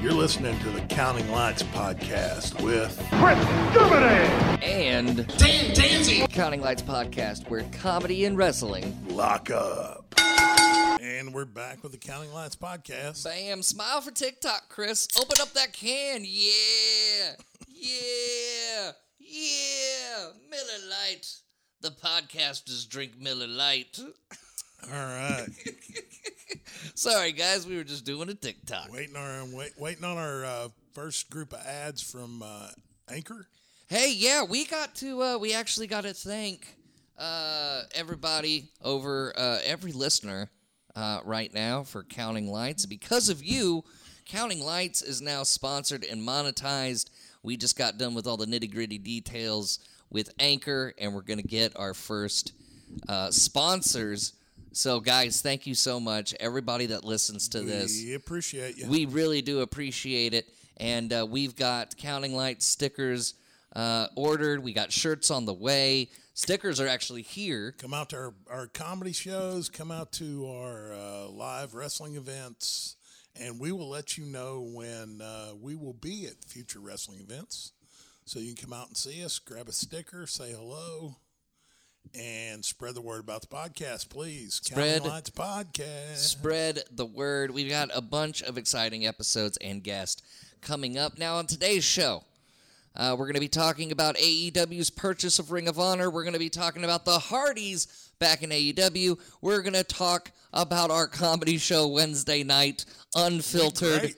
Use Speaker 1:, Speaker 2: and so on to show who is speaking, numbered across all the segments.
Speaker 1: You're listening to the Counting Lights podcast with
Speaker 2: and
Speaker 3: Dan Danzy.
Speaker 2: Counting Lights podcast, where comedy and wrestling.
Speaker 1: Lock Up. And we're back with the Counting Lights podcast.
Speaker 2: Bam! Smile for TikTok, Chris. Open up that can. Yeah, yeah, yeah. Miller Lite. The podcasters drink Miller Lite.
Speaker 1: All right.
Speaker 2: Sorry, guys, we were just doing a TikTok.
Speaker 1: waiting on our, wait, waiting on our uh, first group of ads from uh, Anchor.
Speaker 2: Hey, yeah, we got to uh, we actually got to thank uh, everybody over uh, every listener uh, right now for Counting Lights. Because of you, Counting Lights is now sponsored and monetized. We just got done with all the nitty gritty details with Anchor, and we're gonna get our first uh, sponsors. So, guys, thank you so much, everybody that listens to this.
Speaker 1: We appreciate you.
Speaker 2: We really do appreciate it. And uh, we've got counting lights stickers uh, ordered. We got shirts on the way. Stickers are actually here.
Speaker 1: come out to our, our comedy shows, come out to our uh, live wrestling events, and we will let you know when uh, we will be at future wrestling events. So you can come out and see us, grab a sticker, say hello, and spread the word about the podcast, please.
Speaker 2: Spread-
Speaker 1: Counting Lights Podcast.
Speaker 2: Spread the word. We've got a bunch of exciting episodes and guests coming up. Now, on today's show, uh, we're going to be talking about AEW's purchase of Ring of Honor. We're going to be talking about the Hardys back in AEW. We're going to talk about our comedy show Wednesday night, unfiltered.
Speaker 1: Great.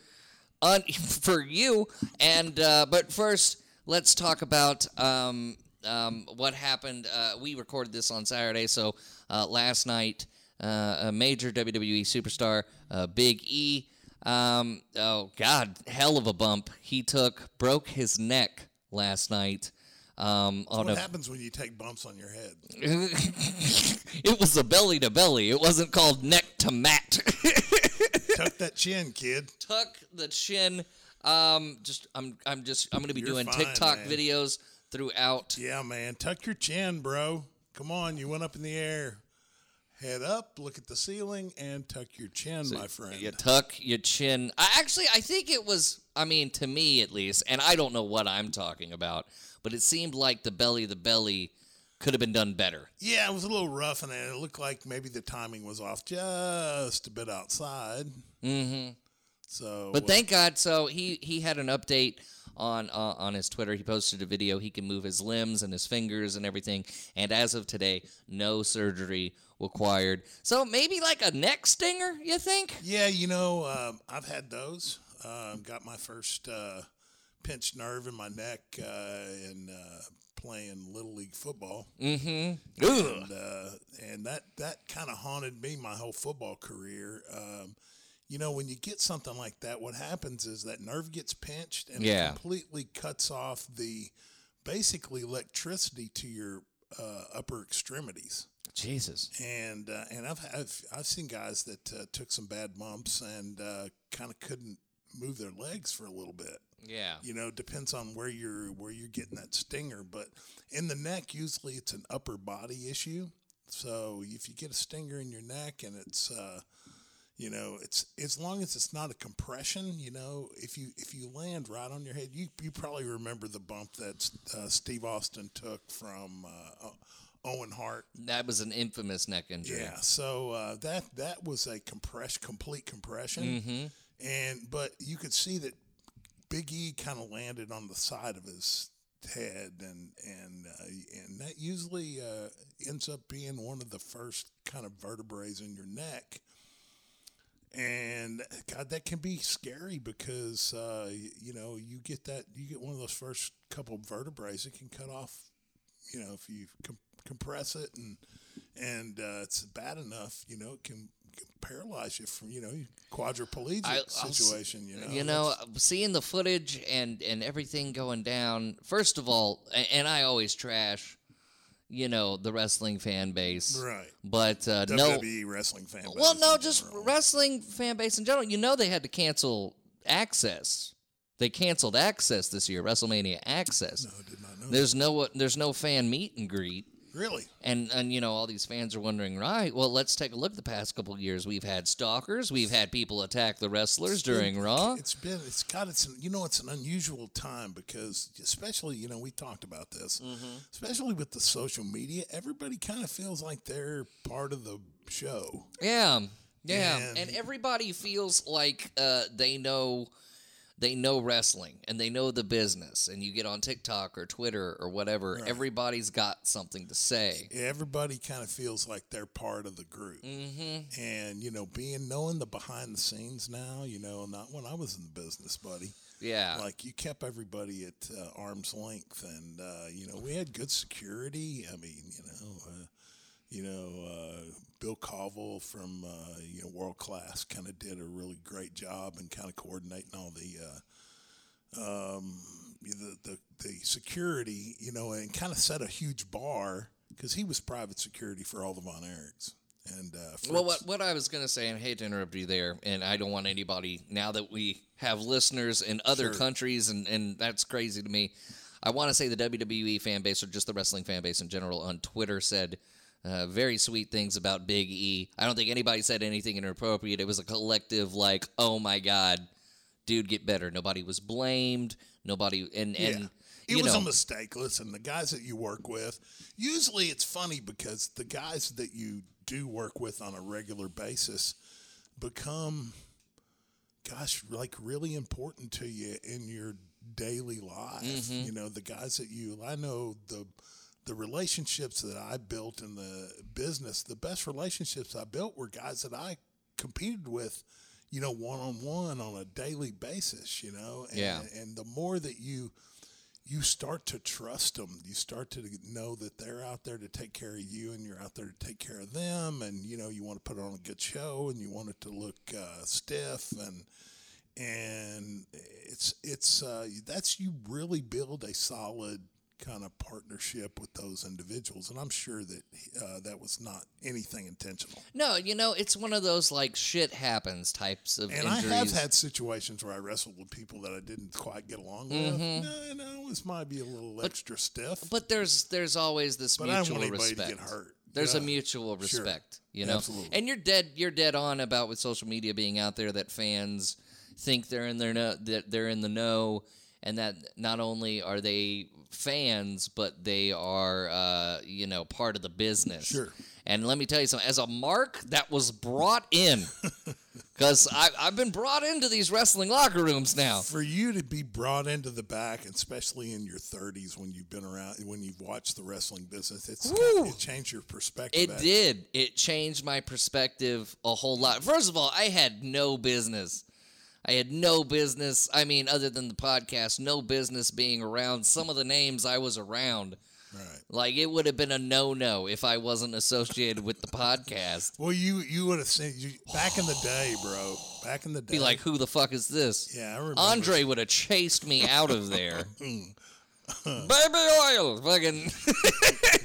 Speaker 2: un- for you. And uh, but first, let's talk about um, um, what happened. Uh, we recorded this on Saturday, so uh, last night, uh, a major WWE superstar, uh, Big E. Um, oh God, hell of a bump he took, broke his neck last night. Um, on
Speaker 1: What
Speaker 2: a,
Speaker 1: happens when you take bumps on your head?
Speaker 2: it was a belly to belly. It wasn't called neck to mat.
Speaker 1: Tuck that chin, kid.
Speaker 2: tuck the chin. Um, just I'm I'm just I'm gonna be
Speaker 1: You're
Speaker 2: doing
Speaker 1: fine,
Speaker 2: TikTok
Speaker 1: man.
Speaker 2: videos throughout.
Speaker 1: Yeah, man. Tuck your chin, bro. Come on, you went up in the air. Head up, look at the ceiling, and tuck your chin, my friend.
Speaker 2: You tuck your chin. I actually I think it was I mean to me at least, and I don't know what I'm talking about, but it seemed like the belly the belly could have been done better.
Speaker 1: Yeah, it was a little rough, and it looked like maybe the timing was off just a bit outside. Mm-hmm. So, uh,
Speaker 2: But thank God. So he he had an update on uh, on his Twitter. He posted a video. He can move his limbs and his fingers and everything. And as of today, no surgery required. So maybe like a neck stinger, you think?
Speaker 1: yeah, you know, um, I've had those. Um, got my first uh, pinched nerve in my neck uh, in uh, playing little league football,
Speaker 2: Mm-hmm. Ugh.
Speaker 1: and, uh, and that that kind of haunted me my whole football career. Um, you know, when you get something like that, what happens is that nerve gets pinched and
Speaker 2: Yeah.
Speaker 1: it completely cuts off the basically electricity to your uh, upper extremities.
Speaker 2: Jesus.
Speaker 1: and uh, and I've, I've I've seen guys that uh, took some bad bumps and uh, kind of couldn't move their legs for a little bit.
Speaker 2: Yeah.
Speaker 1: You know, depends on where you're where you're getting that stinger, but in the neck usually it's an upper body issue. So if you get a stinger in your neck and it's uh, you know, it's as long as it's not a compression, you know, if you if you land right on your head, you you probably remember the bump that uh, Steve Austin took from uh, Owen Hart
Speaker 2: That was an infamous neck injury.
Speaker 1: yeah. So uh, that that was a compress, complete compression,
Speaker 2: Mm. Mm-hmm.
Speaker 1: and but you could see that Big E kind of landed on the side of his head, and and uh, and that usually uh, ends up being one of the first kind of vertebrae in your neck. And God, that can be scary because uh, y- you know you get that you get one of those first couple vertebrae, it can cut off. You know, if you com- compress it and and uh, it's bad enough, you know, it can, can paralyze you from, you know, quadriplegic
Speaker 2: I- I'll s-
Speaker 1: situation, you know.
Speaker 2: You know, seeing the footage and and everything going down. First of all, a- and I always trash, you know, the wrestling fan base.
Speaker 1: Right.
Speaker 2: But uh, no,
Speaker 1: WWE E wrestling fan. base
Speaker 2: Well, no,
Speaker 1: in
Speaker 2: just
Speaker 1: general.
Speaker 2: wrestling fan base in general. You know, they had to cancel access. They canceled access this year, WrestleMania access.
Speaker 1: I did not know.
Speaker 2: There's no there's no fan meet and greet.
Speaker 1: Really?
Speaker 2: And and you know, all these fans are wondering, right? Well, let's take a look. The past couple of years, we've had stalkers, we've had people attack the wrestlers during Raw.
Speaker 1: It's been it's got it's you know it's an unusual time because especially you know we talked about this
Speaker 2: Mm-hmm.
Speaker 1: especially with the social media everybody kind of feels like they're part of the show.
Speaker 2: Yeah, yeah,
Speaker 1: And-
Speaker 2: and everybody feels like uh, they know they know wrestling and they know the business. And you get on TikTok or Twitter or whatever, everybody's got something to say.
Speaker 1: Everybody kind of feels like they're part of the group.
Speaker 2: Mm.
Speaker 1: Mm-hmm. And you know being knowing the behind the scenes now you know not when I was in the business buddy.
Speaker 2: Yeah,
Speaker 1: like you kept everybody at uh, arm's length, and uh, you know we had good security. I mean, you know, uh, you know, uh, Bill Covell from uh, you know World Class kind of did a really great job and kind of coordinating all the. Uh, um, the, the the security, you know, and kind of set a huge bar because he was private security for all the Von Erichs. And uh,
Speaker 2: Well,
Speaker 1: Fritz-
Speaker 2: what, what I was going to say, and I hate to interrupt you there, and I don't want anybody, now that we have listeners in other
Speaker 1: Sure.
Speaker 2: countries, and, and that's crazy to me. I want to say the WWE fan base, or just the wrestling fan base in general, on Twitter said uh, very sweet things about Big E. I don't think anybody said anything inappropriate. It was a collective, like, oh my God, dude, get better. Nobody was blamed. Nobody, and, and
Speaker 1: Yeah.
Speaker 2: you
Speaker 1: It was
Speaker 2: know,
Speaker 1: a mistake. Listen, the guys that you work with, usually it's funny because the guys that you do work with on a regular basis become, gosh, like really important to you in your daily life.
Speaker 2: Mm-hmm.
Speaker 1: You know, the guys that you, I know the, the relationships that I built in the business, the best relationships I built were guys that I competed with, you know, one on one on a daily basis, you know? And,
Speaker 2: Yeah.
Speaker 1: And the more that you, you start to trust them. You start to know that they're out there to take care of you, and you're out there to take care of them. And you know you want to put on a good show, and you want it to look uh, stiff, and and it's it's uh, that's you really build a solid kind of partnership with those individuals. And I'm sure that uh, that was not anything intentional.
Speaker 2: no, you know, it's one of those like shit happens types of
Speaker 1: And
Speaker 2: injuries.
Speaker 1: I have had situations where I wrestled with people that I didn't quite get along with. No, no, this might be a little extra stiff.
Speaker 2: Mm-hmm. But there's there's always this
Speaker 1: But I don't
Speaker 2: mutual
Speaker 1: want anybody to
Speaker 2: respect.
Speaker 1: get hurt.
Speaker 2: There's a
Speaker 1: Yeah.
Speaker 2: mutual respect, you know.
Speaker 1: Absolutely.
Speaker 2: And you're dead you're dead on about with social media being out there that fans think they're in their know that they're in the know and that not only are they fans but they are uh, you know part of the business.
Speaker 1: Sure.
Speaker 2: And let me tell you something as a mark that was brought in cuz I I've been brought into these wrestling locker rooms now.
Speaker 1: for you to be brought into the back, especially in your 30s when you've been around, when you've watched the wrestling business, it's
Speaker 2: Woo!
Speaker 1: it changed your perspective.
Speaker 2: It
Speaker 1: at
Speaker 2: did. It changed my perspective a whole lot. First of all, I had no business. I had no business. I mean, other than the podcast, no business being around some of the names I was around.
Speaker 1: Right.
Speaker 2: Like it would have been a no-no if I wasn't associated with the podcast.
Speaker 1: Well, you you would have seen you, back in the day, bro. Back in the day,
Speaker 2: Be like, who the fuck is this?
Speaker 1: yeah, I remember.
Speaker 2: Andre would have chased me out of there. Baby oil, fucking.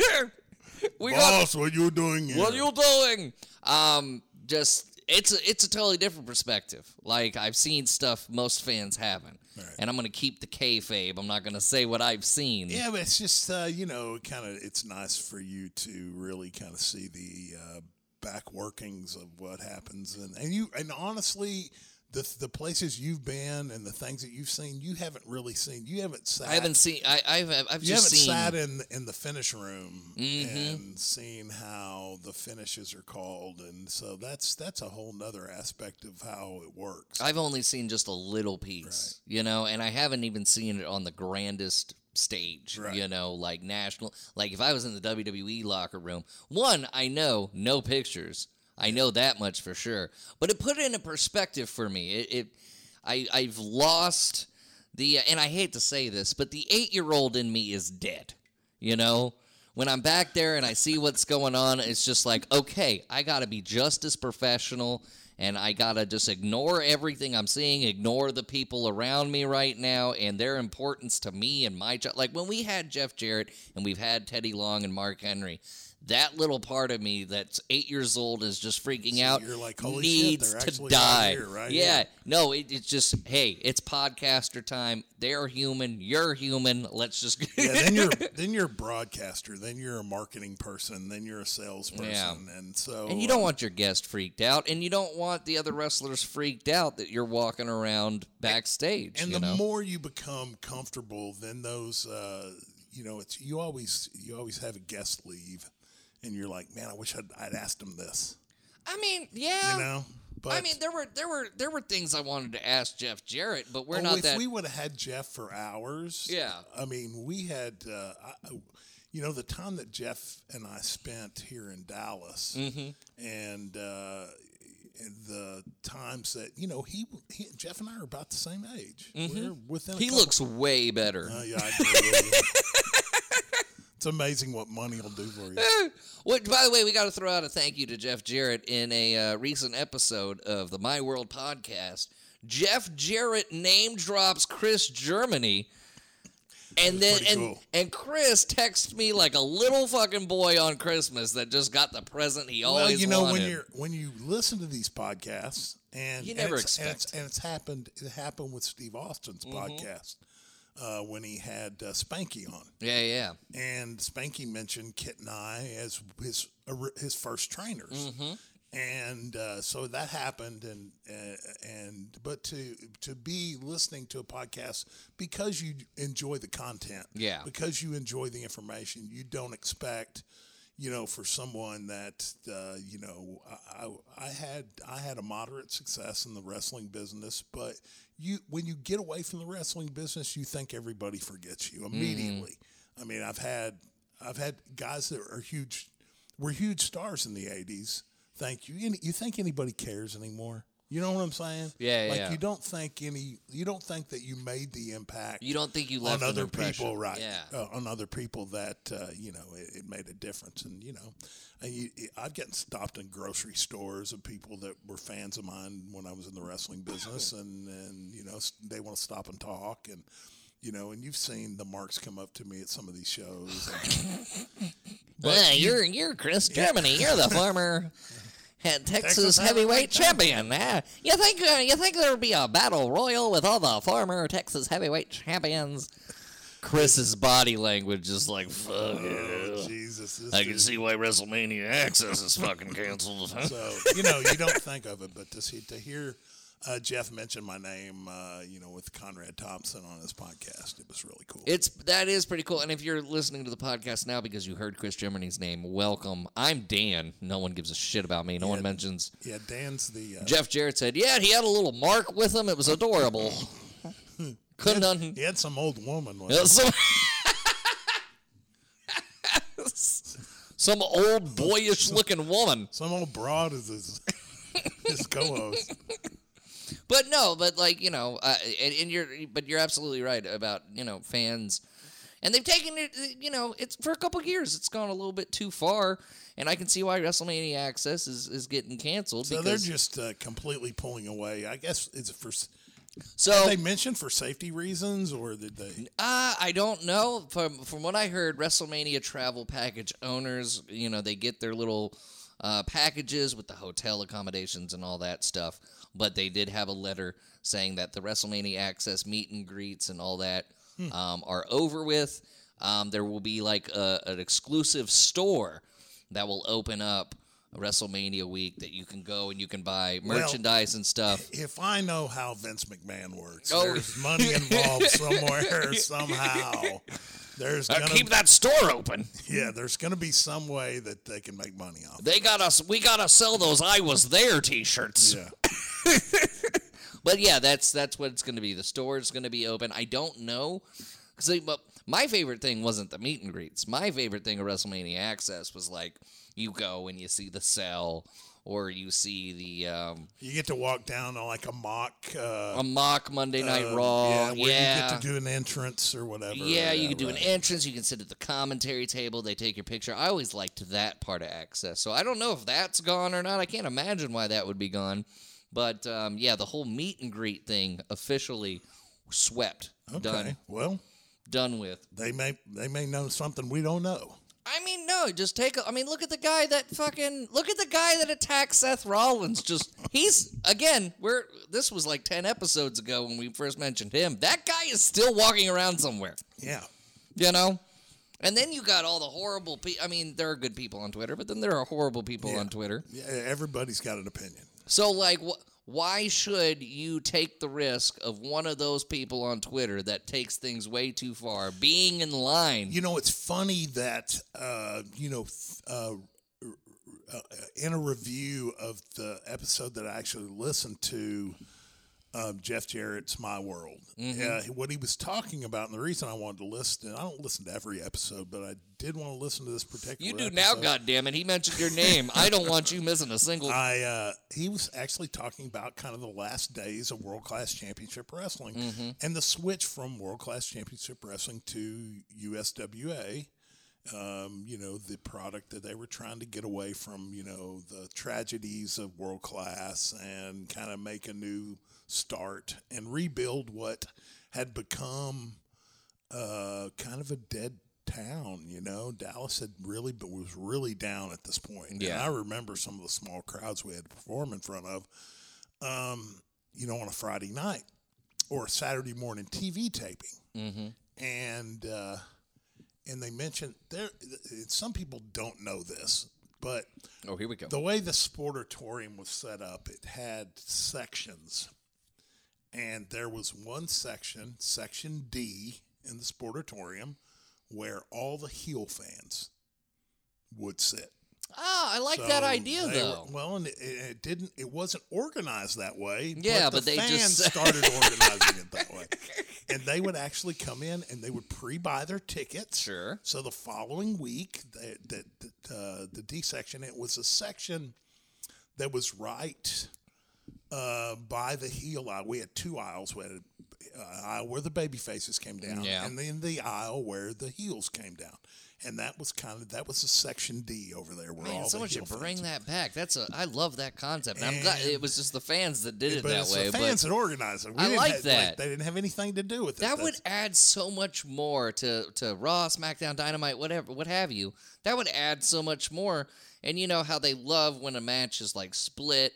Speaker 2: we got
Speaker 1: boss, what you doing? Here?
Speaker 2: What are you doing? Um, just it's a, it's a totally different perspective. Like I've seen stuff most fans haven't,
Speaker 1: Right.
Speaker 2: and I'm gonna keep the kayfabe. I'm not gonna say what I've seen.
Speaker 1: Yeah, but it's just uh, you know, kind of. It's nice for you to really kind of see the uh, back workings of what happens, and and you and honestly. The, the places you've been and the things that you've seen, you haven't really seen. You haven't sat.
Speaker 2: I haven't seen. I, I've I've I've
Speaker 1: you haven't
Speaker 2: just seen. Mm-hmm.
Speaker 1: sat in in the finish room and seen how the finishes are called, and so that's that's a whole nother aspect of how it works.
Speaker 2: I've only seen just a little piece, you know, and I haven't even seen it on the grandest stage,
Speaker 1: Right.
Speaker 2: you know, like national. Like if I was in the WWE locker room, one, I know no pictures. I know that much for sure. But it put it in a perspective for me. It, it I, I've lost the, and I hate to say this, but the eight year old in me is dead, you know. When I'm back there and I see what's going on, it's just like, okay, I got to be just as professional and I gotta just ignore everything I'm seeing, ignore the people around me right now and their importance to me and my job. Like when we had Jeff Jarrett and we've had Teddy Long and Mark Henry, that little part of me that's eight years old is just freaking out.
Speaker 1: you're like, "Holy shit,
Speaker 2: needs
Speaker 1: they're
Speaker 2: to
Speaker 1: actually out
Speaker 2: die.
Speaker 1: here, right?
Speaker 2: Yeah.
Speaker 1: Yeah.
Speaker 2: No, it, it's just hey, it's podcaster time. They're human. You're human. Let's just
Speaker 1: yeah, then you're then you're a broadcaster, then you're a marketing person, then you're a salesperson,
Speaker 2: Yeah.
Speaker 1: and so
Speaker 2: And you don't want your guest freaked out, and you don't want the other wrestlers freaked out that you're walking around backstage.
Speaker 1: and
Speaker 2: you
Speaker 1: the
Speaker 2: know?
Speaker 1: more you become comfortable, then those uh, you know it's you always you always have a guest leave, and you're like, man, I wish I'd, I'd asked him this,
Speaker 2: I mean,
Speaker 1: you
Speaker 2: yeah.
Speaker 1: know. But
Speaker 2: I mean, there were there were there were things I wanted to ask Jeff Jarrett, but we're
Speaker 1: Oh,
Speaker 2: not
Speaker 1: if
Speaker 2: that.
Speaker 1: we would have had Jeff for hours,
Speaker 2: Yeah.
Speaker 1: I mean, we had, uh, I, I- you know, the time that Jeff and I spent here in Dallas,
Speaker 2: Mm-hmm.
Speaker 1: and, uh, and the times that you know he, he Jeff and I are about the same age. We're within. a
Speaker 2: Mm-hmm. he
Speaker 1: couple-
Speaker 2: looks way better.
Speaker 1: Oh, yeah, I do. it's amazing what money will do for you.
Speaker 2: What? By the way, we got to throw out a thank you to Jeff Jarrett in a uh, recent episode of the My World podcast. Jeff Jarrett name drops Chris Germany, and then
Speaker 1: pretty
Speaker 2: and
Speaker 1: cool.
Speaker 2: and Chris texts me like a little fucking boy on Christmas that just got the present he always
Speaker 1: Well, you know
Speaker 2: wanted.
Speaker 1: when you're when you listen to these podcasts, and
Speaker 2: You
Speaker 1: and
Speaker 2: never
Speaker 1: it's, and
Speaker 2: expect. Mm-hmm.
Speaker 1: it's, and it's happened. It happened with Steve Austin's podcast uh, when he had uh, Spanky on,
Speaker 2: yeah, yeah,
Speaker 1: and Spanky mentioned Kit and I as his his first trainers. And uh, so that happened, and uh, and but to to be listening to a podcast because you enjoy the content,
Speaker 2: Yeah.
Speaker 1: because you enjoy the information, you don't expect, you know, for someone that uh, you know, I, I, I had I had a moderate success in the wrestling business, but you when you get away from the wrestling business, you think everybody forgets you
Speaker 2: Mm-hmm.
Speaker 1: immediately. I mean, I've had I've had guys that are huge, were huge stars in the '80s. Thank you. Any- You think anybody cares anymore? You know what I'm saying?
Speaker 2: Yeah,
Speaker 1: Like
Speaker 2: yeah.
Speaker 1: you don't think any. You don't think that you made the impact
Speaker 2: You don't think you
Speaker 1: on
Speaker 2: left an
Speaker 1: other
Speaker 2: impression.
Speaker 1: people, right?
Speaker 2: Yeah.
Speaker 1: Uh, on other people that uh, you know it, it made a difference, and you know, and you, I've gotten stopped in grocery stores of people that were fans of mine when I was in the wrestling business, and and you know s- they want to stop and talk, and you know, and you've seen the marks come up to me at some of these shows. and-
Speaker 2: Well, you're you're Chris Germany. You're the former Texas,
Speaker 1: Texas
Speaker 2: heavyweight
Speaker 1: heavyweight
Speaker 2: champion. Yeah. You think uh, you think there would be a battle royal with all the former Texas heavyweight champions? Chris's body language is like fuck. it.
Speaker 1: oh, Jesus, this
Speaker 2: I can
Speaker 1: dude.
Speaker 2: see why WrestleMania Access is fucking canceled.
Speaker 1: So you know, you don't think of it, but to see to hear. Uh, Jeff mention my name, uh, you know, with Conrad Thompson on his podcast. It was really cool.
Speaker 2: It's that is pretty cool. And if you're listening to the podcast now because you heard Chris Germany's name, welcome. I'm Dan. No one gives a shit about me. No one mentions
Speaker 1: yeah, Dan's the uh,
Speaker 2: Jeff Jarrett said, "Yeah, he had a little mark with him. It was adorable. Couldn't un-
Speaker 1: He had some old woman. With
Speaker 2: Yeah,
Speaker 1: him.
Speaker 2: some, some old boyish-looking woman."
Speaker 1: Some old broad is his, his co-host.
Speaker 2: But no, but like you know, uh, and, and you're but you're absolutely right about you know fans, and they've taken it. You know, it's for a couple years, it's gone a little bit too far, and I can see why WrestleMania Access is is getting canceled.
Speaker 1: So they're
Speaker 2: because,
Speaker 1: just uh, completely pulling away. I guess it's for. s-
Speaker 2: so
Speaker 1: They mentioned for safety reasons, or did they?
Speaker 2: Uh, I don't know. From from what I heard, WrestleMania travel package owners, you know, they get their little uh, packages with the hotel accommodations and all that stuff. But they did have a letter saying that the WrestleMania access meet and greets and all that um, are over with. Um, there will be like a, an exclusive store that will open up WrestleMania week that you can go and you can buy merchandise and stuff.
Speaker 1: If I know how Vince McMahon works,
Speaker 2: Oh.
Speaker 1: there's money involved somewhere somehow. There's
Speaker 2: Uh,
Speaker 1: gonna,
Speaker 2: keep that store open.
Speaker 1: yeah, there's going to be some way that they can make money off.
Speaker 2: They got us. We gotta sell those "I was there" T-shirts.
Speaker 1: Yeah,
Speaker 2: But yeah, that's that's what it's going to be. The store is going to be open. I don't know because but my favorite thing wasn't the meet and greets. My favorite thing of WrestleMania Access was like you go and you see the cell or you see the um,
Speaker 1: you get to walk down on like a mock. Uh,
Speaker 2: a mock Monday Night
Speaker 1: uh,
Speaker 2: Raw.
Speaker 1: yeah, where
Speaker 2: yeah.
Speaker 1: you get to do an entrance or whatever.
Speaker 2: Yeah, you can do
Speaker 1: right.
Speaker 2: an entrance. You can sit at the commentary table. They take your picture. I always liked that part of Access. So I don't know if that's gone or not. I can't imagine why that would be gone. But um, yeah, the whole meet and greet thing officially swept,
Speaker 1: Okay.
Speaker 2: done,
Speaker 1: Well,
Speaker 2: done with.
Speaker 1: they may they may know something we don't know.
Speaker 2: I mean, no, just take. A, I mean, look at the guy that fucking look at the guy that attacked Seth Rollins. Just he's again. We're this was like ten episodes ago when we first mentioned him. That guy is still walking around somewhere.
Speaker 1: Yeah.
Speaker 2: You know. And then you got all the horrible people. I mean, there are good people on Twitter, but then there are horrible people on Twitter.
Speaker 1: yeah. Everybody's got an opinion.
Speaker 2: So, like, wh- why should you take the risk of one of those people on Twitter that takes things way too far being in line?
Speaker 1: You know, it's funny that, uh, you know, th- uh, uh, in a review of the episode that I actually listened to, um, Jeff Jarrett's My World.
Speaker 2: Mm-hmm.
Speaker 1: Uh, what he was talking about, and the reason I wanted to listen, and I don't listen to every episode, but I did want to listen to this particular.
Speaker 2: You do now,
Speaker 1: episode.
Speaker 2: goddammit. He mentioned your name. I don't want you missing a single.
Speaker 1: I uh, he was actually talking about kind of the last days of world class championship wrestling and the switch from world class championship wrestling to USWA. Um, you know the product that they were trying to get away from. You know the tragedies of world class and kind of make a new start and rebuild what had become uh, kind of a dead town. You know, Dallas had really, but was really down at this point. And
Speaker 2: Yeah.
Speaker 1: I remember some of the small crowds we had to perform in front of. Um, you know, on a Friday night or a Saturday morning TV taping,
Speaker 2: Mm-hmm.
Speaker 1: and uh, and they mentioned there. Some people don't know this, but
Speaker 2: Oh, here we go.
Speaker 1: the way the sportatorium was set up, it had sections. And there was one section, section D in the sportatorium, where all the heel fans would sit.
Speaker 2: Oh, I like
Speaker 1: So
Speaker 2: that idea,
Speaker 1: they were-
Speaker 2: though.
Speaker 1: well, and it, it didn't. It wasn't organized that way.
Speaker 2: Yeah, but
Speaker 1: the
Speaker 2: they just
Speaker 1: fans
Speaker 2: said-
Speaker 1: started organizing it that way, and they would actually come in and they would pre-buy their tickets.
Speaker 2: Sure.
Speaker 1: So the following week, the the, the, uh, the D section, it was a section that was right uh, by the heel aisle. We had two aisles. We had an aisle where the baby faces came down,
Speaker 2: Yeah.
Speaker 1: and then the aisle where the heels came down. And that was kind of that was the section D over there where
Speaker 2: Man,
Speaker 1: all
Speaker 2: someone
Speaker 1: the heel
Speaker 2: should
Speaker 1: fans
Speaker 2: bring that back. That's a. I love that concept. And I'm glad
Speaker 1: And-
Speaker 2: it was just the fans that did it
Speaker 1: but
Speaker 2: that
Speaker 1: it's
Speaker 2: way.
Speaker 1: the
Speaker 2: But
Speaker 1: fans that organized it. We
Speaker 2: I
Speaker 1: didn't
Speaker 2: like
Speaker 1: have-
Speaker 2: that.
Speaker 1: they didn't have anything to do with it.
Speaker 2: That
Speaker 1: That's-
Speaker 2: would add so much more to to Raw, SmackDown, Dynamite, whatever, what have you. That would add so much more. And you know how they love when a match is like split,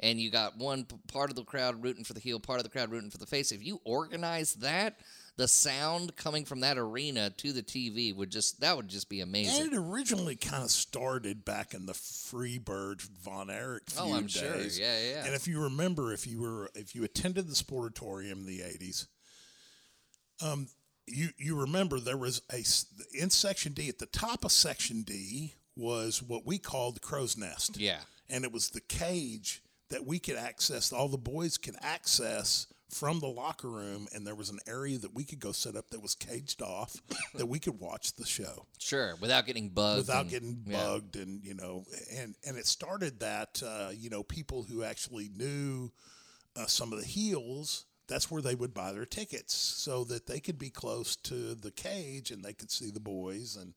Speaker 2: and you got one p- part of the crowd rooting for the heel, part of the crowd rooting for the face. If you organize that, the sound coming from that arena to the TV would just that would just be amazing.
Speaker 1: And it originally kind of started back in the Freebird Von Erich feud
Speaker 2: oh, I'm
Speaker 1: days.
Speaker 2: sure. Yeah, yeah, yeah.
Speaker 1: And if you remember, if you were if you attended the Sportatorium in the '80s, um, you you remember there was a s- in section D at the top of section D was what we called the crow's nest.
Speaker 2: yeah.
Speaker 1: and it was the cage that we could access all the boys could access from the locker room and there was an area that we could go set up that was caged off that we could watch the show
Speaker 2: Sure, without getting bugged.
Speaker 1: without
Speaker 2: and-
Speaker 1: getting
Speaker 2: yeah.
Speaker 1: bugged and you know and and it started that uh, you know people who actually knew uh, some of the heels that's where they would buy their tickets so that they could be close to the cage and they could see the boys and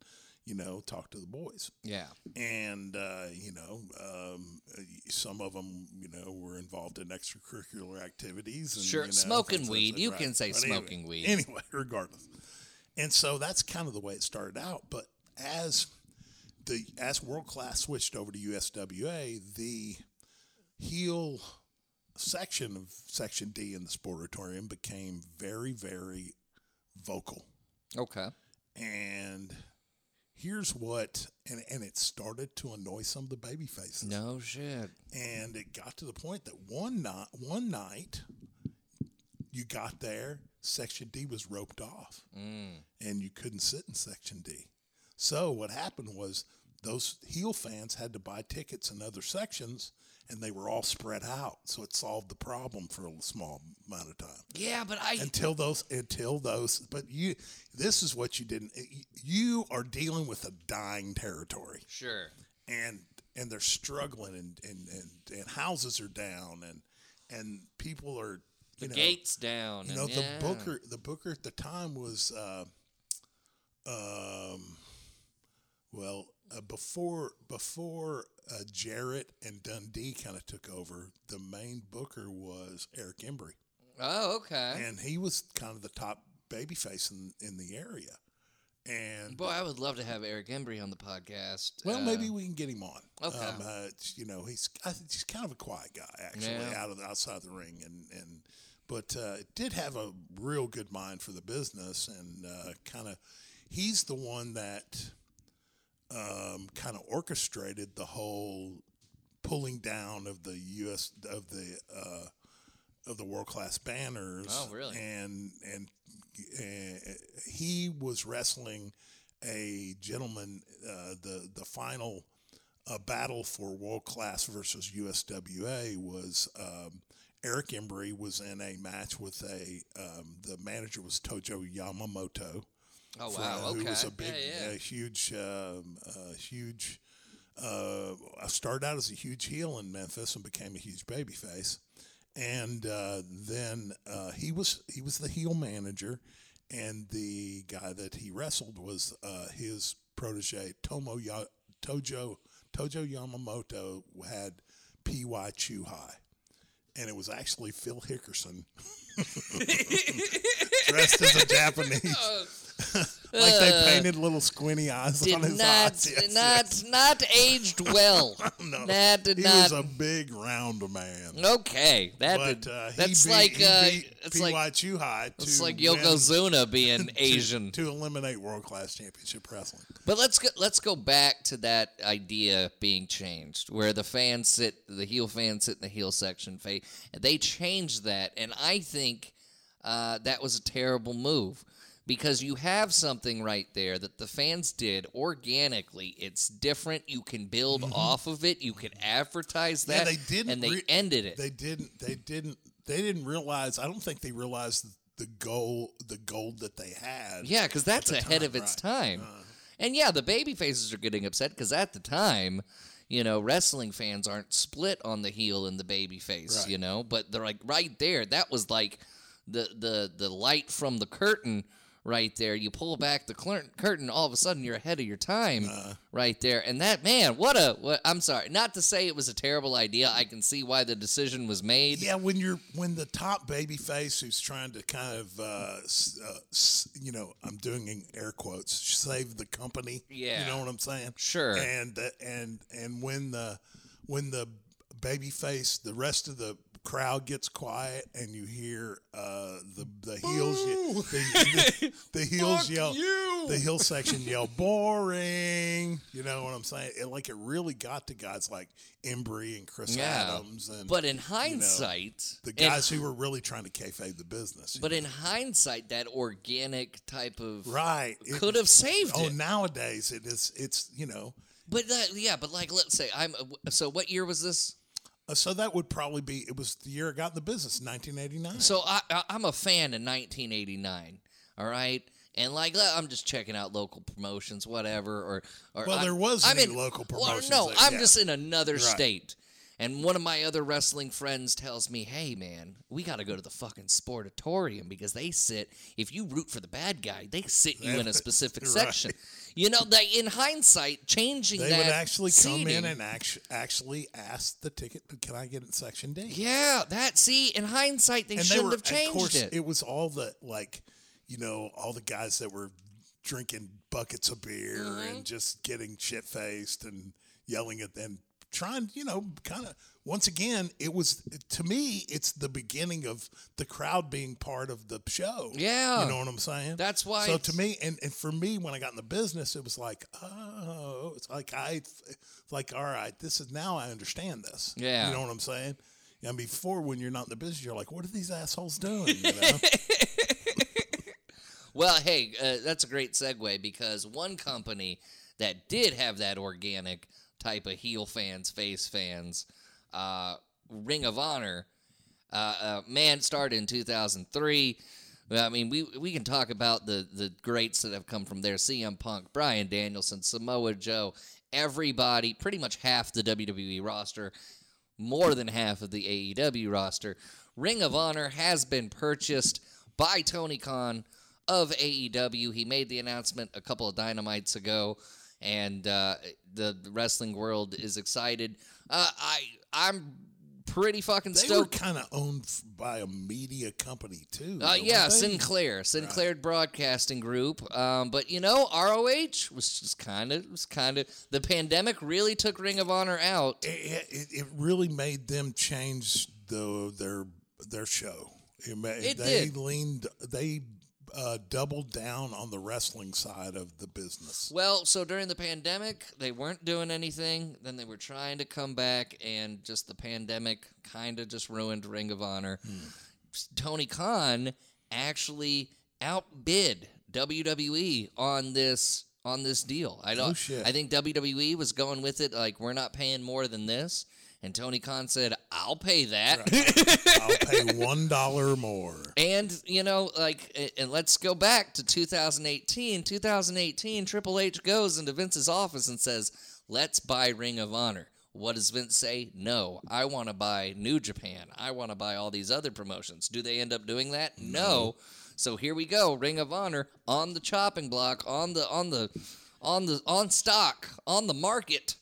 Speaker 1: you know talk to the boys
Speaker 2: Yeah.
Speaker 1: and uh, you know um, uh, some of them you know were involved in extracurricular activities and,
Speaker 2: Sure,
Speaker 1: you know,
Speaker 2: smoking
Speaker 1: things like
Speaker 2: weed.
Speaker 1: that,
Speaker 2: You can say
Speaker 1: anyway-
Speaker 2: smoking weed.
Speaker 1: anyway regardless and so that's kind of the way it started out but as the as world class switched over to USWA the heel section of section D in the sportatorium became very very vocal
Speaker 2: Okay.
Speaker 1: and here's what and, and it started to annoy some of the baby faces
Speaker 2: No shit.
Speaker 1: and it got to the point that one night one night you got there section d was roped off
Speaker 2: Mm.
Speaker 1: and you couldn't sit in section d so what happened was those heel fans had to buy tickets in other sections and they were all spread out so it solved the problem for a small amount of time
Speaker 2: Yeah, but I
Speaker 1: until those until those but you this is what you didn't you are dealing with a dying territory
Speaker 2: sure.
Speaker 1: and and they're struggling and and and, and houses are down and and people are you
Speaker 2: The
Speaker 1: know
Speaker 2: gates down.
Speaker 1: you
Speaker 2: and-
Speaker 1: know
Speaker 2: yeah.
Speaker 1: the booker the booker at the time was uh um well uh, before before uh, Jarrett and Dundee kind of took over the main booker was Eric Embry
Speaker 2: Oh, okay.
Speaker 1: and he was kind of the top babyface in in the area. And
Speaker 2: Boy, I would love to have Eric Embry on the podcast.
Speaker 1: well,
Speaker 2: Uh,
Speaker 1: maybe we can get him on.
Speaker 2: Okay.
Speaker 1: Um, uh, it's- you know, he's I think he's kind of a quiet guy actually,
Speaker 2: Yeah.
Speaker 1: out of the, outside the ring, and and but uh, did have a real good mind for the business, and uh, kind of he's the one that um, kind of orchestrated the whole pulling down of the U.S. of the uh, of the world class banners.
Speaker 2: Oh, really?
Speaker 1: And and uh, he was wrestling a gentleman. Uh, the the final uh, battle for world class versus USWA was. Um, Eric Embry was in a match with a um, the manager was Tojo Yamamoto
Speaker 2: Oh
Speaker 1: for,
Speaker 2: wow!
Speaker 1: uh,
Speaker 2: Okay.
Speaker 1: Who was a big,
Speaker 2: yeah,
Speaker 1: uh,
Speaker 2: yeah.
Speaker 1: huge, um, uh, huge. Uh, I started out as a huge heel in Memphis and became a huge babyface, and uh, then uh, he was he was the heel manager, and the guy that he wrestled was uh, his protege Tomo ya- Tojo Tojo Yamamoto had P.Y. Chuhai, and it was actually Phil Hickerson dressed as a Japanese
Speaker 2: Oh,
Speaker 1: like they painted little squinty eyes on
Speaker 2: Uh, did
Speaker 1: his
Speaker 2: not,
Speaker 1: eyes. Yes,
Speaker 2: not, not aged well.
Speaker 1: No.
Speaker 2: That did
Speaker 1: he was
Speaker 2: not.
Speaker 1: a big round man.
Speaker 2: okay, that
Speaker 1: But
Speaker 2: did,
Speaker 1: uh, he
Speaker 2: that's
Speaker 1: beat,
Speaker 2: like
Speaker 1: he
Speaker 2: uh,
Speaker 1: beat
Speaker 2: it's
Speaker 1: P.Y.
Speaker 2: like
Speaker 1: Chuhai to
Speaker 2: it's like
Speaker 1: win-
Speaker 2: Yokozuna being Asian.
Speaker 1: to eliminate world class championship wrestling.
Speaker 2: But let's go, let's go back to that idea being changed, where the fans sit, the heel fans sit in the heel section. Fa- They changed that, and I think uh, that was a terrible move because you have something right there that the fans did organically. It's different. You can build off of it. You can advertise
Speaker 1: Mm-hmm. Yeah,
Speaker 2: that.
Speaker 1: they didn't
Speaker 2: and they
Speaker 1: re-
Speaker 2: ended it.
Speaker 1: They didn't. They didn't. They didn't realize. I don't think they realized the goal. The goal that they had.
Speaker 2: Yeah, because that's
Speaker 1: the
Speaker 2: ahead
Speaker 1: time,
Speaker 2: of its
Speaker 1: right. Uh-huh.
Speaker 2: time. and yeah, the baby faces are getting upset because at the time, you know, wrestling fans aren't split on the heel and the baby face,
Speaker 1: Right.
Speaker 2: you know, but they're like right there. That was like the the the light from the curtain right there. You pull back the clur- curtain, all of a sudden you're ahead of your time
Speaker 1: Uh-huh.
Speaker 2: right there. And that man, what a what, I'm sorry, not to say it was a terrible idea. I can see why the decision was made.
Speaker 1: Yeah, when you're when the top baby face who's trying to kind of uh, s- uh, s- you know I'm doing in air quotes save the company.
Speaker 2: Yeah.
Speaker 1: you know what I'm saying.
Speaker 2: Sure.
Speaker 1: And the, and and when the when the baby face the rest of the crowd gets quiet and you hear uh, the the heels ye- the, the, the heels
Speaker 2: Fuck
Speaker 1: yell
Speaker 2: you.
Speaker 1: the heel section yell boring. You know what I'm saying? It, like it really got to guys like Embry and Chris
Speaker 2: Yeah.
Speaker 1: Adams and
Speaker 2: But in hindsight,
Speaker 1: the
Speaker 2: in
Speaker 1: guys who were really trying to kayfabe the business.
Speaker 2: But in hindsight, that organic type of
Speaker 1: right. It-
Speaker 2: could have saved
Speaker 1: oh,
Speaker 2: it.
Speaker 1: nowadays it is. It's you know.
Speaker 2: But that, yeah, but like let's say I'm. So what year was this?
Speaker 1: uh, So that would probably be. It was the year I got in the business, 1989.
Speaker 2: So I, I I'm a fan in 1989. All right. And like le- I'm just checking out local promotions, whatever. Or, or
Speaker 1: Well,
Speaker 2: I-
Speaker 1: there was
Speaker 2: I'm
Speaker 1: any
Speaker 2: in-
Speaker 1: local
Speaker 2: well,
Speaker 1: promotions
Speaker 2: no,
Speaker 1: that-
Speaker 2: I'm
Speaker 1: yeah.
Speaker 2: just in another state, and one of my other wrestling friends tells me, "Hey, man, we got to go to the fucking Sportatorium because they sit. If you root for the bad guy, they sit you in a specific
Speaker 1: Right.
Speaker 2: section. You know, they, in hindsight, changing
Speaker 1: they
Speaker 2: that
Speaker 1: would actually come in
Speaker 2: seating-
Speaker 1: and act- actually ask the ticket, "Can I get it in section D?"
Speaker 2: yeah, that see, in hindsight, they
Speaker 1: and
Speaker 2: shouldn't
Speaker 1: they were,
Speaker 2: have changed
Speaker 1: Of course,
Speaker 2: it.
Speaker 1: it. was all the like, you know, all the guys that were drinking buckets of beer
Speaker 2: Mm-hmm.
Speaker 1: and just getting shit faced and yelling at them, trying, you know, kind of. Once again, it was to me, it's the beginning of the crowd being part of the show.
Speaker 2: Yeah.
Speaker 1: you know what I'm saying.
Speaker 2: That's why
Speaker 1: So
Speaker 2: it's-
Speaker 1: to me, and, and for me, when I got in the business, it was like, oh, it's like I, it's like all right, this is now I understand this.
Speaker 2: Yeah.
Speaker 1: you know what I'm saying. And before, when you're not in the business, you're like, "What are these assholes doing?" You know?
Speaker 2: Well, hey, uh, that's a great segue because one company that did have that organic type of heel fans, face fans, uh, Ring of Honor, uh, uh, man, started in 2003. Well, I mean, we we can talk about the the greats that have come from there: CM Punk, Brian Danielson, Samoa Joe, everybody, pretty much half the WWE roster more than half of the AEW roster. Ring of Honor has been purchased by Tony Khan of AEW. He made the announcement a couple of dynamites ago, and uh, the the wrestling world is excited. Uh, I I'm pretty fucking
Speaker 1: They were
Speaker 2: stoked.
Speaker 1: kind of owned f- by a media company too.
Speaker 2: Uh,
Speaker 1: weren't
Speaker 2: yeah,
Speaker 1: they?
Speaker 2: Sinclair, Sinclair Broadcasting Group. Um, but you know, ROH was just kind of was kind of the pandemic really took Ring of Honor out.
Speaker 1: It, it, it really made them change the their their show. It, ma-
Speaker 2: It
Speaker 1: they
Speaker 2: did.
Speaker 1: leaned. They uh, doubled down on the wrestling side of the business.
Speaker 2: Well, so during the pandemic, they weren't doing anything. Then they were trying to come back, and just the pandemic kind of just ruined Ring of Honor. Tony Khan actually outbid WWE on this on this deal. I don't.
Speaker 1: shit.
Speaker 2: I think WWE was going with it like we're not paying more than this, and Tony Khan said, "I'll pay that."
Speaker 1: I'll pay one dollar more.
Speaker 2: And you know, like, a- and let's go back to 2018. 2018, Triple H goes into Vince's office and says, "Let's buy Ring of Honor." What does Vince say? No, I want to buy New Japan. I want to buy all these other promotions. Do they end up doing that? No. So here we go, Ring of Honor on the chopping block, on the on the on the on stock, on the market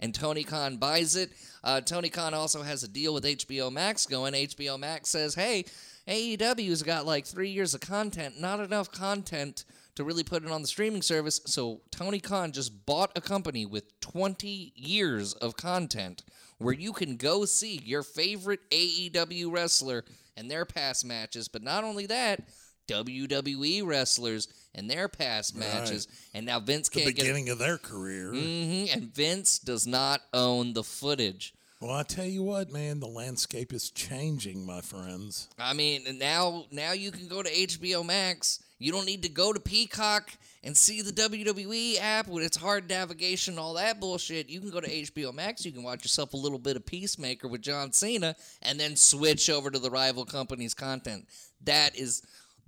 Speaker 2: and Tony Khan buys it. Uh, Tony Khan also has a deal with HBO Max going. HBO Max says, "Hey, AEW's got like three years of content, not enough content to really put it on the streaming service." So Tony Khan just bought a company with 20 years of content where you can go see your favorite AEW wrestler and their past matches. But not only that. WWE wrestlers and their past matches, and now Vince
Speaker 1: The
Speaker 2: can't get
Speaker 1: beginning of their career.
Speaker 2: hmm And Vince does not own the footage.
Speaker 1: Well, I tell you what, man, the landscape is changing, my friends.
Speaker 2: I mean, and now now you can go to HBO Max. You don't need to go to Peacock and see the WWE app with its hard navigation, all that bullshit. You can go to HBO Max. You can watch yourself a little bit of Peacemaker with John Cena, and then switch over to the rival company's content. That is.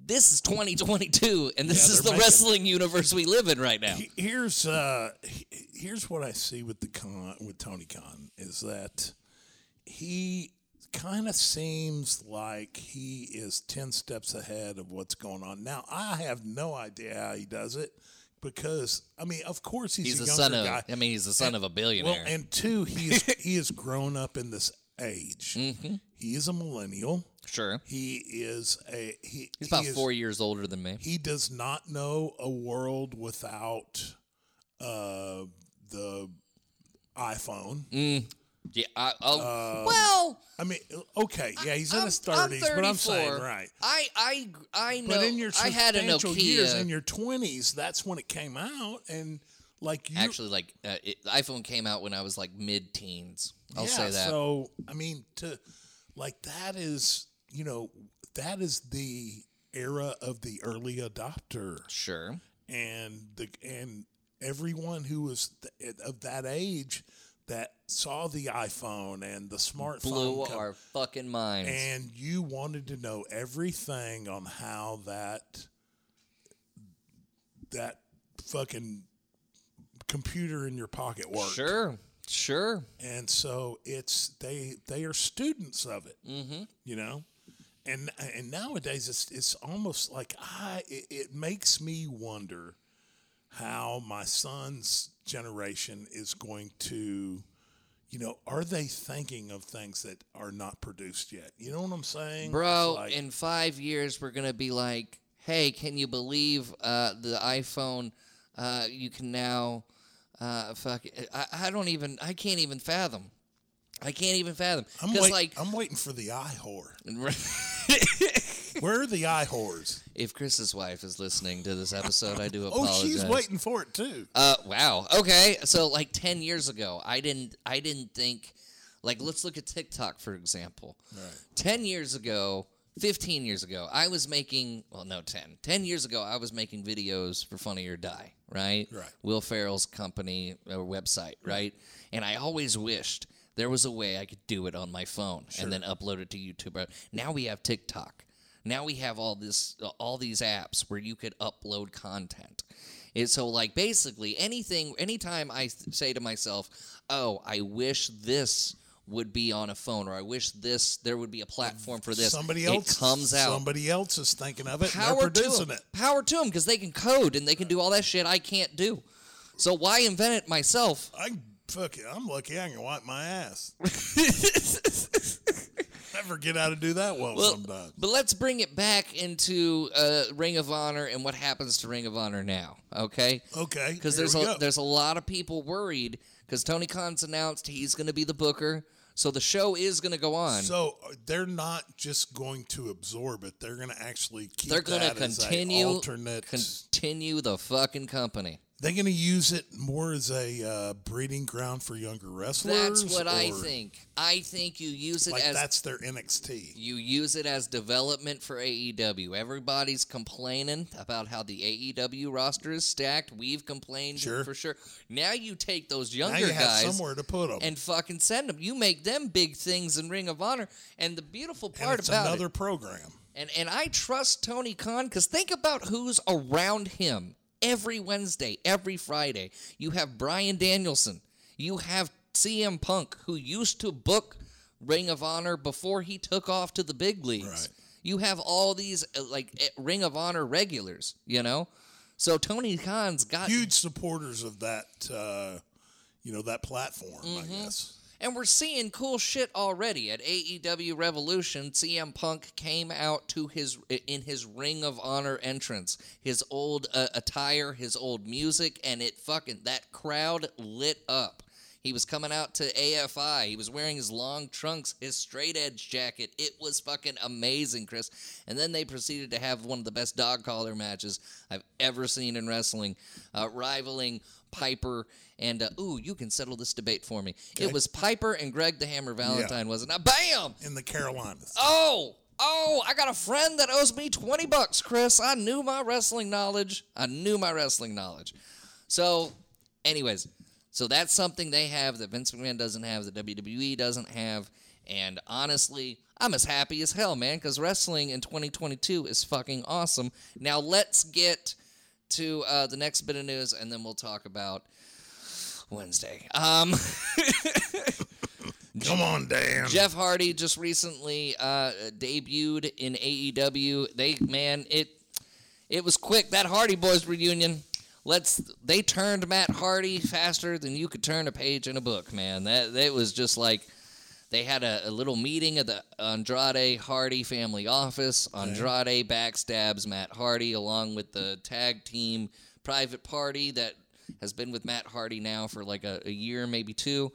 Speaker 2: This is 2022, and this
Speaker 1: Yeah,
Speaker 2: is
Speaker 1: they're
Speaker 2: the
Speaker 1: making-
Speaker 2: wrestling universe we live in right now.
Speaker 1: He- Here's uh, he- here's what I see with the con with Tony Khan is that he kind of seems like he is ten steps ahead of what's going on. Now I have no idea how he does it because I mean, of course he's,
Speaker 2: He's
Speaker 1: a
Speaker 2: the
Speaker 1: younger
Speaker 2: son of,
Speaker 1: guy.
Speaker 2: I mean, he's the son of a billionaire.
Speaker 1: Well, and two, he is he is grown up in this age.
Speaker 2: Mm-hmm.
Speaker 1: He is a millennial.
Speaker 2: sure,
Speaker 1: He is a he.
Speaker 2: he's about
Speaker 1: he is-
Speaker 2: four years older than me.
Speaker 1: he does not know a world without uh, the iPhone.
Speaker 2: Yeah. I, oh, Mm.
Speaker 1: Um,
Speaker 2: well,
Speaker 1: I mean, okay, yeah, he's in
Speaker 2: I'm,
Speaker 1: his thirties,
Speaker 2: I'm
Speaker 1: but I'm saying
Speaker 2: 34.
Speaker 1: right.
Speaker 2: I I I know.
Speaker 1: But in your
Speaker 2: I had an
Speaker 1: substantial
Speaker 2: Nokia.
Speaker 1: years in your twenties, that's when it came out, and like you,
Speaker 2: Actually, like uh, it, the iPhone came out when I was like mid-teens. I'll
Speaker 1: yeah,
Speaker 2: say that.
Speaker 1: So I mean, to like that is you know that is the era of the early adopter.
Speaker 2: sure.
Speaker 1: and the and everyone who was th- of that age that saw the iPhone and the smartphone
Speaker 2: Blew
Speaker 1: come-
Speaker 2: our fucking minds.
Speaker 1: and you wanted to know everything on how that that fucking computer in your pocket worked.
Speaker 2: sure. Sure.
Speaker 1: And so it's they they are students of it. Mm-hmm. You know. And, and nowadays it's, it's almost like I it, it makes me wonder how my son's generation is going to you know are they thinking of things that are not produced yet you know what I'm saying
Speaker 2: Bro,
Speaker 1: It's like,
Speaker 2: in 5 years we're going to be like, "Hey, can you believe uh, the iPhone uh, you can now uh, fuck I, I don't even I can't even fathom. I can't even fathom.
Speaker 1: I'm,
Speaker 2: Cuz
Speaker 1: wait-
Speaker 2: like
Speaker 1: I'm waiting for the eye whore where are the eye whores
Speaker 2: If Chris's wife is listening to this episode, I do
Speaker 1: oh
Speaker 2: apologize.
Speaker 1: she's waiting for it too
Speaker 2: Uh, wow. Okay. So like ten years ago, I didn't. I didn't think. Like, let's look at TikTok for example. Ten years ago, fifteen years ago, I was making. Well, no, ten. Ten years ago, I was making videos for Funny or Die. Right.
Speaker 1: Right.
Speaker 2: Will Ferrell's company or website. Right. And I always wished there was a way I could do it on my phone and then upload it to YouTube. Now we have TikTok. Now we have all this, uh, all these apps where you could upload content. And so, like, basically, anything, anytime I th- say to myself, "Oh, I wish this would be on a phone," or "I wish this there would be a platform for this,"
Speaker 1: somebody
Speaker 2: it
Speaker 1: else
Speaker 2: comes out.
Speaker 1: somebody else is thinking of it and
Speaker 2: Power
Speaker 1: they're
Speaker 2: to
Speaker 1: producing
Speaker 2: them.
Speaker 1: it
Speaker 2: Power to them because they can code and they can do all that shit I can't do. So why invent it myself?
Speaker 1: I can fuck it, I'm lucky I can wipe my ass. I forget how to do that well,
Speaker 2: Well,
Speaker 1: sometimes.
Speaker 2: But let's bring it back into uh, Ring of Honor and what happens to Ring of Honor now, okay?
Speaker 1: Okay, Oh,
Speaker 2: Because
Speaker 1: here
Speaker 2: there's
Speaker 1: we
Speaker 2: a
Speaker 1: go.
Speaker 2: there's a lot of people worried because Tony Khan's announced he's going to be the booker, so the show is going to go on.
Speaker 1: so uh, they're not just going to absorb it; they're going to actually keep.
Speaker 2: They're going to
Speaker 1: that as a
Speaker 2: continue
Speaker 1: alternate.
Speaker 2: continue the fucking company.
Speaker 1: they're going to use it more as a uh, breeding ground for younger wrestlers.
Speaker 2: That's what I
Speaker 1: or,
Speaker 2: think. I think you use it
Speaker 1: Like
Speaker 2: as
Speaker 1: that's their NXT.
Speaker 2: you use it as development for AEW. Everybody's complaining about how the AEW roster is stacked. We've complained
Speaker 1: Sure.
Speaker 2: for sure. Now you take those younger
Speaker 1: Now you have
Speaker 2: guys
Speaker 1: somewhere to put them.
Speaker 2: and fucking send them. You make them big things in Ring of Honor. And the beautiful part
Speaker 1: it's
Speaker 2: about
Speaker 1: another
Speaker 2: it,
Speaker 1: program.
Speaker 2: and and I trust Tony Khan because think about who's around him every Wednesday, every Friday. You have Brian Danielson. You have CM Punk, who used to book Ring of Honor before he took off to the big leagues.
Speaker 1: Right.
Speaker 2: You have all these uh, like eh, Ring of Honor regulars, you know. So Tony Khan's got
Speaker 1: Huge supporters of that. Uh, you know that platform. I
Speaker 2: Mm-hmm.
Speaker 1: guess.
Speaker 2: And we're seeing cool shit already at AEW Revolution. CM Punk came out to his in his Ring of Honor entrance, his old uh, attire, his old music, and it fucking that crowd lit up. He was coming out to AFI. He was wearing his long trunks, his straight edge jacket. It was fucking amazing, Chris. And then they proceeded to have one of the best dog collar matches I've ever seen in wrestling, uh, rivaling Piper and uh, ooh, you can settle this debate for me. It was Piper and Greg the Hammer Valentine, wasn't it? Bam!
Speaker 1: In the Carolinas.
Speaker 2: Oh, oh, I got a friend that owes me 20 bucks, Chris. I knew my wrestling knowledge. I knew my wrestling knowledge. So, anyways, so that's something they have that Vince McMahon doesn't have, that WWE doesn't have. And honestly, I'm as happy as hell, man, because wrestling in 2022 is fucking awesome. Now, let's get to uh, the next bit of news, and then we'll talk about Wednesday. Um.
Speaker 1: Come on, Dan.
Speaker 2: Jeff Hardy just recently uh, debuted in AEW. They man, it it was quick. That Hardy Boys reunion. Let's they turned Matt Hardy faster than you could turn a page in a book, man. That that was just like they had a, a little meeting at the Andrade Hardy family office. Andrade backstabs Matt Hardy along with the tag team private party that has been with Matt Hardy now for like a, a year, maybe two.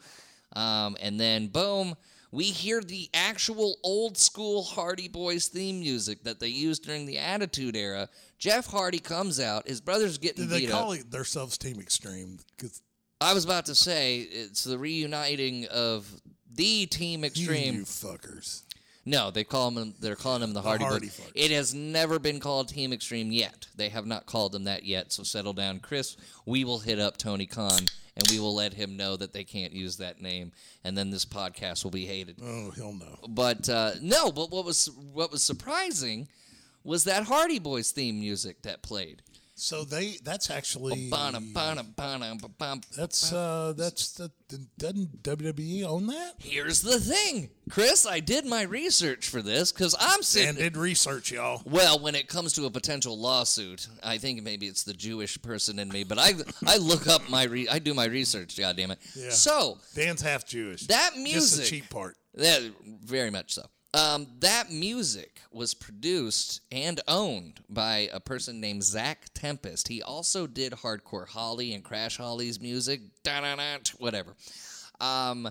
Speaker 2: Um, and then boom, we hear the actual old school Hardy Boys theme music that they used during the Attitude Era. Jeff Hardy comes out. His brother's getting
Speaker 1: Did they
Speaker 2: beat up.
Speaker 1: call it themselves Team Extreme? 'Cause
Speaker 2: I was about to say it's the reuniting of the Team Extreme.
Speaker 1: You fuckers.
Speaker 2: No, they call them. They're calling them the Hardy.
Speaker 1: Hardy
Speaker 2: Boys.
Speaker 1: Boys.
Speaker 2: It has never been called Team Extreme yet. They have not called them that yet. So settle down, Chris. We will hit up Tony Khan and we will let him know that they can't use that name, and then this podcast will be hated.
Speaker 1: Oh, he'll know.
Speaker 2: But uh, no. But what was what was surprising was that Hardy Boys theme music that played.
Speaker 1: So they that's actually
Speaker 2: Bana, bana, bana, ba- bum.
Speaker 1: that's uh that's the doesn't WWE own that?
Speaker 2: Here's the thing, Chris. I did my research for this because I'm sitting
Speaker 1: And did research, y'all.
Speaker 2: Well, when it comes to a potential lawsuit, I think maybe it's the Jewish person in me, but I I look up my re- I do my research. God damn it!
Speaker 1: Yeah.
Speaker 2: So
Speaker 1: Dan's half Jewish.
Speaker 2: that
Speaker 1: Just
Speaker 2: music,
Speaker 1: the cheap part.
Speaker 2: that very much so. Um, that music was produced and owned by a person named Zach Tempest. He also did Hardcore Holly and Crash Holly's music, da-da-da, whatever. Um,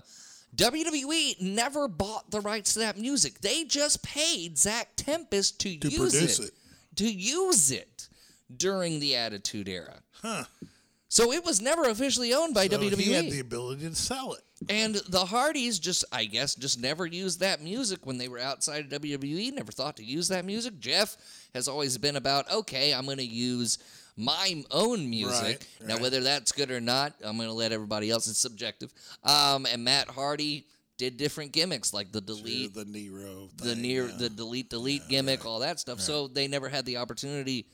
Speaker 2: WWE never bought the rights to that music. They just paid Zach Tempest to, use
Speaker 1: produce
Speaker 2: it,
Speaker 1: it.
Speaker 2: to use it during the Attitude Era. Huh. So it was never officially owned by E.
Speaker 1: So
Speaker 2: WWE.
Speaker 1: he had the ability to sell it.
Speaker 2: And the Hardys just, I guess, just never used that music when they were outside of WWE, never thought to use that music. Jeff has always been about, okay, I'm going to use my own music.
Speaker 1: Right,
Speaker 2: Now,
Speaker 1: right.
Speaker 2: whether that's good or not, I'm going to let everybody else, it's subjective. Um, and Matt Hardy did different gimmicks like the delete,
Speaker 1: The Nero.
Speaker 2: the
Speaker 1: thing,
Speaker 2: near,
Speaker 1: uh,
Speaker 2: the delete, delete gimmick, all that stuff. So they never had the opportunity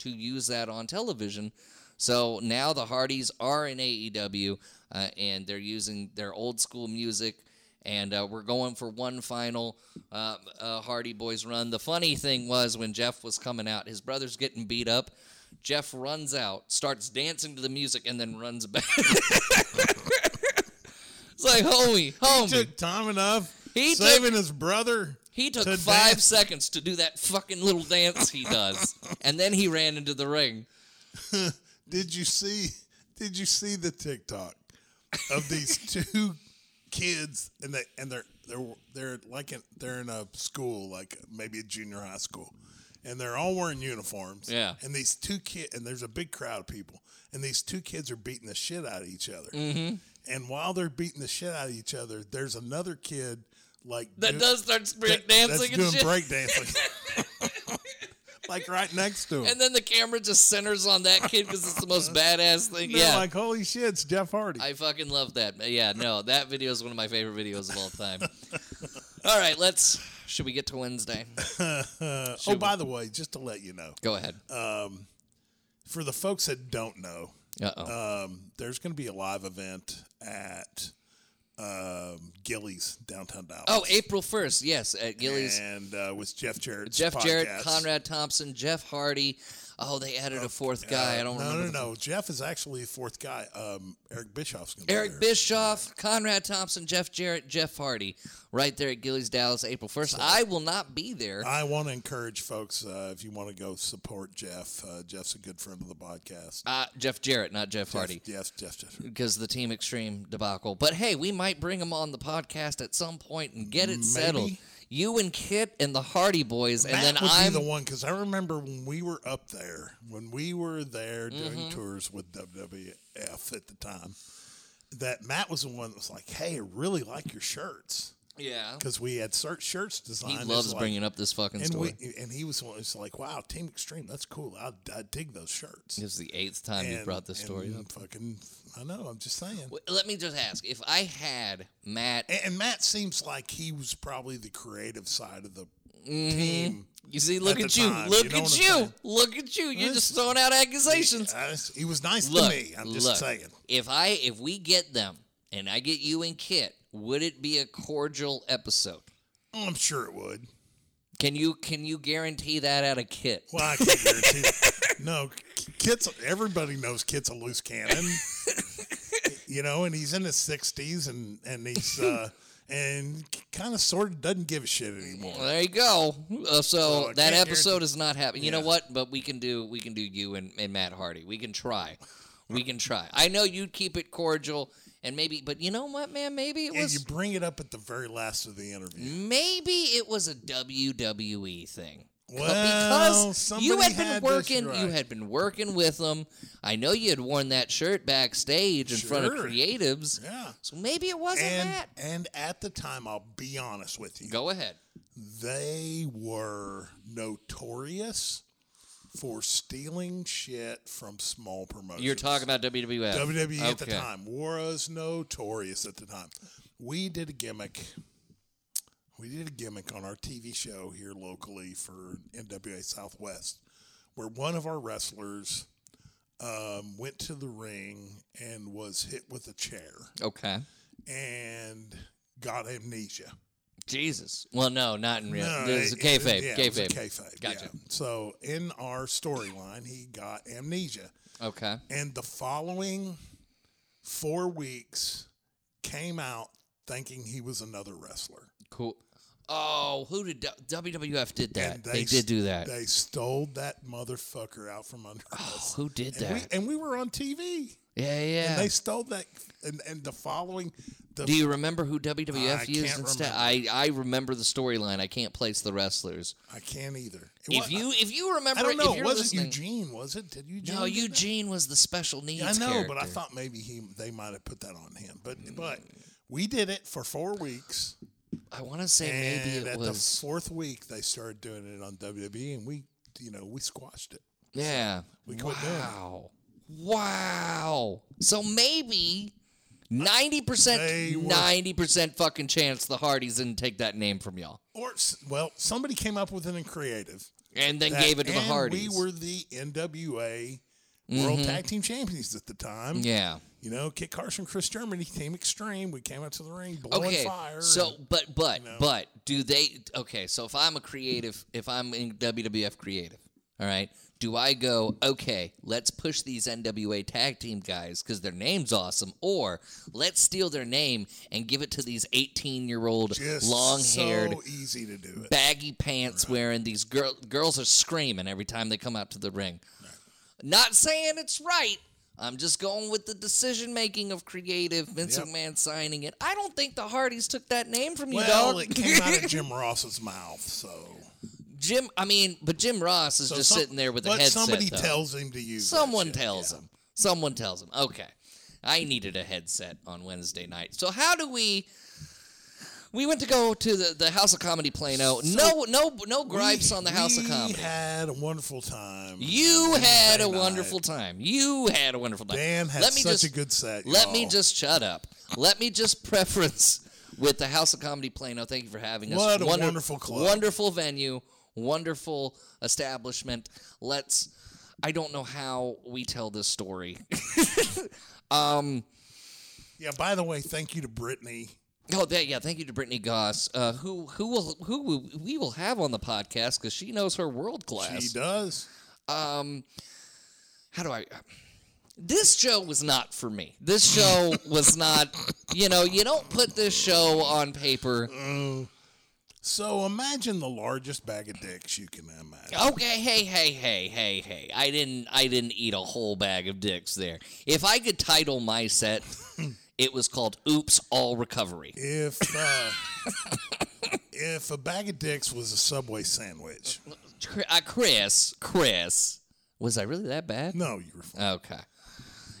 Speaker 2: to use that on television. So now the Hardys are in AEW, uh, and they're using their old school music. And uh, we're going for one final uh, uh, Hardy Boys run. The funny thing was when Jeff was coming out, his brother's getting beat up. Jeff runs out, starts dancing to the music, and then runs back. It's like, homie, homie. He
Speaker 1: took time enough.
Speaker 2: He
Speaker 1: saving
Speaker 2: took-
Speaker 1: his brother.
Speaker 2: took
Speaker 1: to
Speaker 2: five
Speaker 1: dance.
Speaker 2: seconds to do that fucking little dance he does, and then he ran into the ring.
Speaker 1: Did you see? Did you see the TikTok of these two kids and they and they're they're they're like in, they're in a school like maybe a junior high school, and they're all wearing uniforms.
Speaker 2: Yeah.
Speaker 1: And these two kids and there's a big crowd of people, and these two kids are beating the shit out of each other.
Speaker 2: Mm-hmm.
Speaker 1: And while they're beating the shit out of each other, there's another kid like
Speaker 2: That
Speaker 1: do-
Speaker 2: does start break
Speaker 1: that-
Speaker 2: dancing and
Speaker 1: that's doing
Speaker 2: shit.
Speaker 1: break dancing. like right next to him.
Speaker 2: and then the camera just centers on that kid because it's the most badass thing.
Speaker 1: They're
Speaker 2: yeah,
Speaker 1: like, holy shit, it's Jeff Hardy.
Speaker 2: I fucking love that. Yeah, no, that video is one of my favorite videos of all time. all right, let's. Should we get to Wednesday?
Speaker 1: Uh, oh, by the way, just to let you know,
Speaker 2: Go ahead.
Speaker 1: Uh, for the folks that don't know,
Speaker 2: Uh oh.
Speaker 1: um, there's going to be a live event at um, Gillies, downtown Dallas.
Speaker 2: Oh, April first. Yes, at Gillies.
Speaker 1: And uh, with Jeff Jarrett.
Speaker 2: Jeff Jarrett, Conrad Thompson, Jeff Hardy. Oh, they added a fourth guy. I don't
Speaker 1: no,
Speaker 2: remember.
Speaker 1: No, no, Jeff is actually the fourth guy. Um, Eric Bischoff's going to be
Speaker 2: Eric
Speaker 1: there.
Speaker 2: Bischoff, Conrad Thompson, Jeff Jarrett, Jeff Hardy, right there at Gillies Dallas, April first. I will not be there.
Speaker 1: I want to encourage folks uh, if you want to go support Jeff. Uh, Jeff's a good friend of the podcast.
Speaker 2: Uh, Jeff Jarrett, not Jeff Hardy.
Speaker 1: Yes, Jeff, Jeff.
Speaker 2: because the Team Extreme debacle. But hey, we might bring them on the podcast at some point and get it settled. You and Kit and the Hardy Boys, and
Speaker 1: that
Speaker 2: then
Speaker 1: would
Speaker 2: I'm
Speaker 1: be the one because I remember when we were up there, when we were there
Speaker 2: Mm-hmm.
Speaker 1: doing tours with WWF at the time, that Matt was the one that was like, "Hey, I really like your shirts,"
Speaker 2: yeah.
Speaker 1: because we had cert shirts
Speaker 2: He
Speaker 1: designed. It's
Speaker 2: loves
Speaker 1: like-
Speaker 2: bringing up this fucking
Speaker 1: and
Speaker 2: story.
Speaker 1: we and he was the one that's like, "Wow, Team Extreme, that's cool. I, I dig those shirts."
Speaker 2: This is the eighth time you
Speaker 1: And-
Speaker 2: brought this story
Speaker 1: and
Speaker 2: up.
Speaker 1: Fucking, I know. I'm just saying.
Speaker 2: W- Let me just ask: If I had Matt,
Speaker 1: And, and Matt seems like he was probably the creative side of the team.
Speaker 2: you see,
Speaker 1: Mm-hmm.
Speaker 2: look
Speaker 1: the
Speaker 2: at you,
Speaker 1: time,
Speaker 2: look
Speaker 1: you know
Speaker 2: at
Speaker 1: what I'm
Speaker 2: you,
Speaker 1: saying?
Speaker 2: look at you. You're
Speaker 1: This-
Speaker 2: just throwing out accusations.
Speaker 1: I just- he was nice
Speaker 2: Look,
Speaker 1: to me. I'm just
Speaker 2: look,
Speaker 1: saying.
Speaker 2: If I, if we get them, and I get you and Kit, would it be a cordial episode?
Speaker 1: Oh, I'm sure it would.
Speaker 2: Can you can you guarantee that out of Kit?
Speaker 1: Well, I can't guarantee. it. no, Kit's. Everybody knows Kit's a loose cannon. you know, and he's in his sixties, and and he's uh, and kind of sort of doesn't give a shit anymore.
Speaker 2: Well, there you go. Uh, so
Speaker 1: So I
Speaker 2: that
Speaker 1: can't
Speaker 2: episode is not happening. You know
Speaker 1: Yeah.
Speaker 2: what? But we can do we can do you and, and Matt Hardy. We can try. We can try. I know you keep it cordial and maybe but you know what, man? Maybe it
Speaker 1: And you
Speaker 2: was
Speaker 1: bring it up at the very last of the interview.
Speaker 2: maybe it was a WWE thing. Co-
Speaker 1: Well,
Speaker 2: because you
Speaker 1: somebody
Speaker 2: had been
Speaker 1: had this
Speaker 2: working you
Speaker 1: right.
Speaker 2: had been working with them. I know you had worn that shirt backstage in front of
Speaker 1: Sure.
Speaker 2: creatives.
Speaker 1: Yeah.
Speaker 2: So maybe it wasn't
Speaker 1: And
Speaker 2: Mm-hmm. that.
Speaker 1: and at the time, I'll be honest with you,
Speaker 2: Go ahead.
Speaker 1: they were notorious for stealing shit from small promotions.
Speaker 2: You're talking about WWF.
Speaker 1: WWE E at the
Speaker 2: Okay.
Speaker 1: time was notorious at the time. We did a gimmick. We did a gimmick on our TV show here locally for NWA Southwest, where one of our wrestlers um, went to the ring and was hit with a chair
Speaker 2: Okay.
Speaker 1: and got amnesia.
Speaker 2: Jesus. Well, no, not in real.
Speaker 1: No,
Speaker 2: this is
Speaker 1: it-
Speaker 2: kayfabe.
Speaker 1: it- yeah, it was a
Speaker 2: kayfabe.
Speaker 1: kayfabe,
Speaker 2: Gotcha.
Speaker 1: yeah. So in our storyline, he got amnesia.
Speaker 2: Okay.
Speaker 1: and the following four weeks came out thinking he was another wrestler.
Speaker 2: Cool. Oh, who did WWF did that?
Speaker 1: And
Speaker 2: They,
Speaker 1: s-
Speaker 2: did do that. Oh,
Speaker 1: They stole that motherfucker out from under us.
Speaker 2: who did
Speaker 1: And we,
Speaker 2: that?
Speaker 1: and we were on TV.
Speaker 2: yeah, yeah.
Speaker 1: They stole that. And, and the following, the,
Speaker 2: do you remember who WWF
Speaker 1: I
Speaker 2: used
Speaker 1: can't
Speaker 2: instead? I, I remember the storyline. I can't place the wrestlers.
Speaker 1: I can't either. It wa-
Speaker 2: If you if you remember,
Speaker 1: I don't know.
Speaker 2: if
Speaker 1: It
Speaker 2: you're
Speaker 1: wasn't
Speaker 2: listening,
Speaker 1: Eugene, was it? Did Eugene?
Speaker 2: No,
Speaker 1: do that?
Speaker 2: Eugene was the special needs.
Speaker 1: I know, but I
Speaker 2: character.
Speaker 1: thought maybe he they might have put that on him. But but we did it for four weeks.
Speaker 2: I want to say maybe
Speaker 1: and
Speaker 2: it
Speaker 1: at
Speaker 2: was.
Speaker 1: the fourth week they started doing it on WWE, and we, you know, we squashed it.
Speaker 2: Yeah.
Speaker 1: We quit doing it.
Speaker 2: wow. Wow. So maybe ninety
Speaker 1: They
Speaker 2: percent,
Speaker 1: were-
Speaker 2: ninety percent fucking chance the Hardys didn't take that name from y'all
Speaker 1: Or s- well, somebody came up with it in creative.
Speaker 2: and then
Speaker 1: that-
Speaker 2: gave it to the
Speaker 1: and
Speaker 2: Hardys. Mm-hmm.
Speaker 1: We were the NWA World Tag Team Champions at the time.
Speaker 2: yeah.
Speaker 1: You know, Kit Carson, Chris Germany, Team Extreme. We came out to the ring, blowing
Speaker 2: Okay.
Speaker 1: fire.
Speaker 2: So,
Speaker 1: and-
Speaker 2: but but
Speaker 1: you know.
Speaker 2: but do they? Okay. So if I'm a creative, if I'm in WWF creative, All right. Do I go, okay, let's push these NWA tag team guys because their name's awesome, or let's steal their name and give it to these 18 year old
Speaker 1: Just
Speaker 2: long haired,
Speaker 1: so easy to do it.
Speaker 2: baggy pants wearing these girl, girls are screaming every time they come out to the ring. Not saying it's right. I'm just going with the decision making of creative Vince
Speaker 1: Yep.
Speaker 2: McMahon signing it. I don't think the Hardys took that name from you,
Speaker 1: Well,
Speaker 2: dog.
Speaker 1: it came out of Jim Ross's mouth, so
Speaker 2: Jim, I mean, but Jim Ross is
Speaker 1: so
Speaker 2: just
Speaker 1: some-
Speaker 2: sitting there with a
Speaker 1: but
Speaker 2: headset.
Speaker 1: somebody
Speaker 2: though.
Speaker 1: tells him to use. that
Speaker 2: Someone
Speaker 1: shit,
Speaker 2: tells
Speaker 1: yeah.
Speaker 2: him. Someone tells him. Okay. I needed a headset on Wednesday night. So how do we we went to go to the, the House of Comedy Plano. no no no gripes
Speaker 1: We-
Speaker 2: on the House of
Speaker 1: we
Speaker 2: Comedy.
Speaker 1: had a wonderful time.
Speaker 2: you had a
Speaker 1: Wednesday
Speaker 2: wonderful
Speaker 1: night.
Speaker 2: time. You had a wonderful time.
Speaker 1: Dan had
Speaker 2: let me
Speaker 1: such
Speaker 2: just,
Speaker 1: a good set.
Speaker 2: Let
Speaker 1: y'all.
Speaker 2: me just shut up. Let me just preference with the House of Comedy Plano. Thank you for having us.
Speaker 1: What a wonderful club.
Speaker 2: Wonderful venue, wonderful establishment. Let's I don't know how we tell this story.
Speaker 1: Yeah. By the way, thank you to Brittany.
Speaker 2: Oh, that, yeah. Thank you to Brittany Goss, uh, who who will who will, we will have on the podcast because she knows her world
Speaker 1: She
Speaker 2: class.
Speaker 1: does.
Speaker 2: Um, how do I? This show was not for me. This show was not. You know, you don't put this show on paper.
Speaker 1: So imagine the largest bag of dicks you can imagine.
Speaker 2: Okay, hey, hey, hey, hey, hey. I didn't I didn't eat a whole bag of dicks there. If I could title my set, it was called Oops All Recovery.
Speaker 1: If uh, if a bag of dicks was a subway sandwich,
Speaker 2: Cr- uh, Chris, Chris, was I really that bad?
Speaker 1: no, you were fine.
Speaker 2: Okay.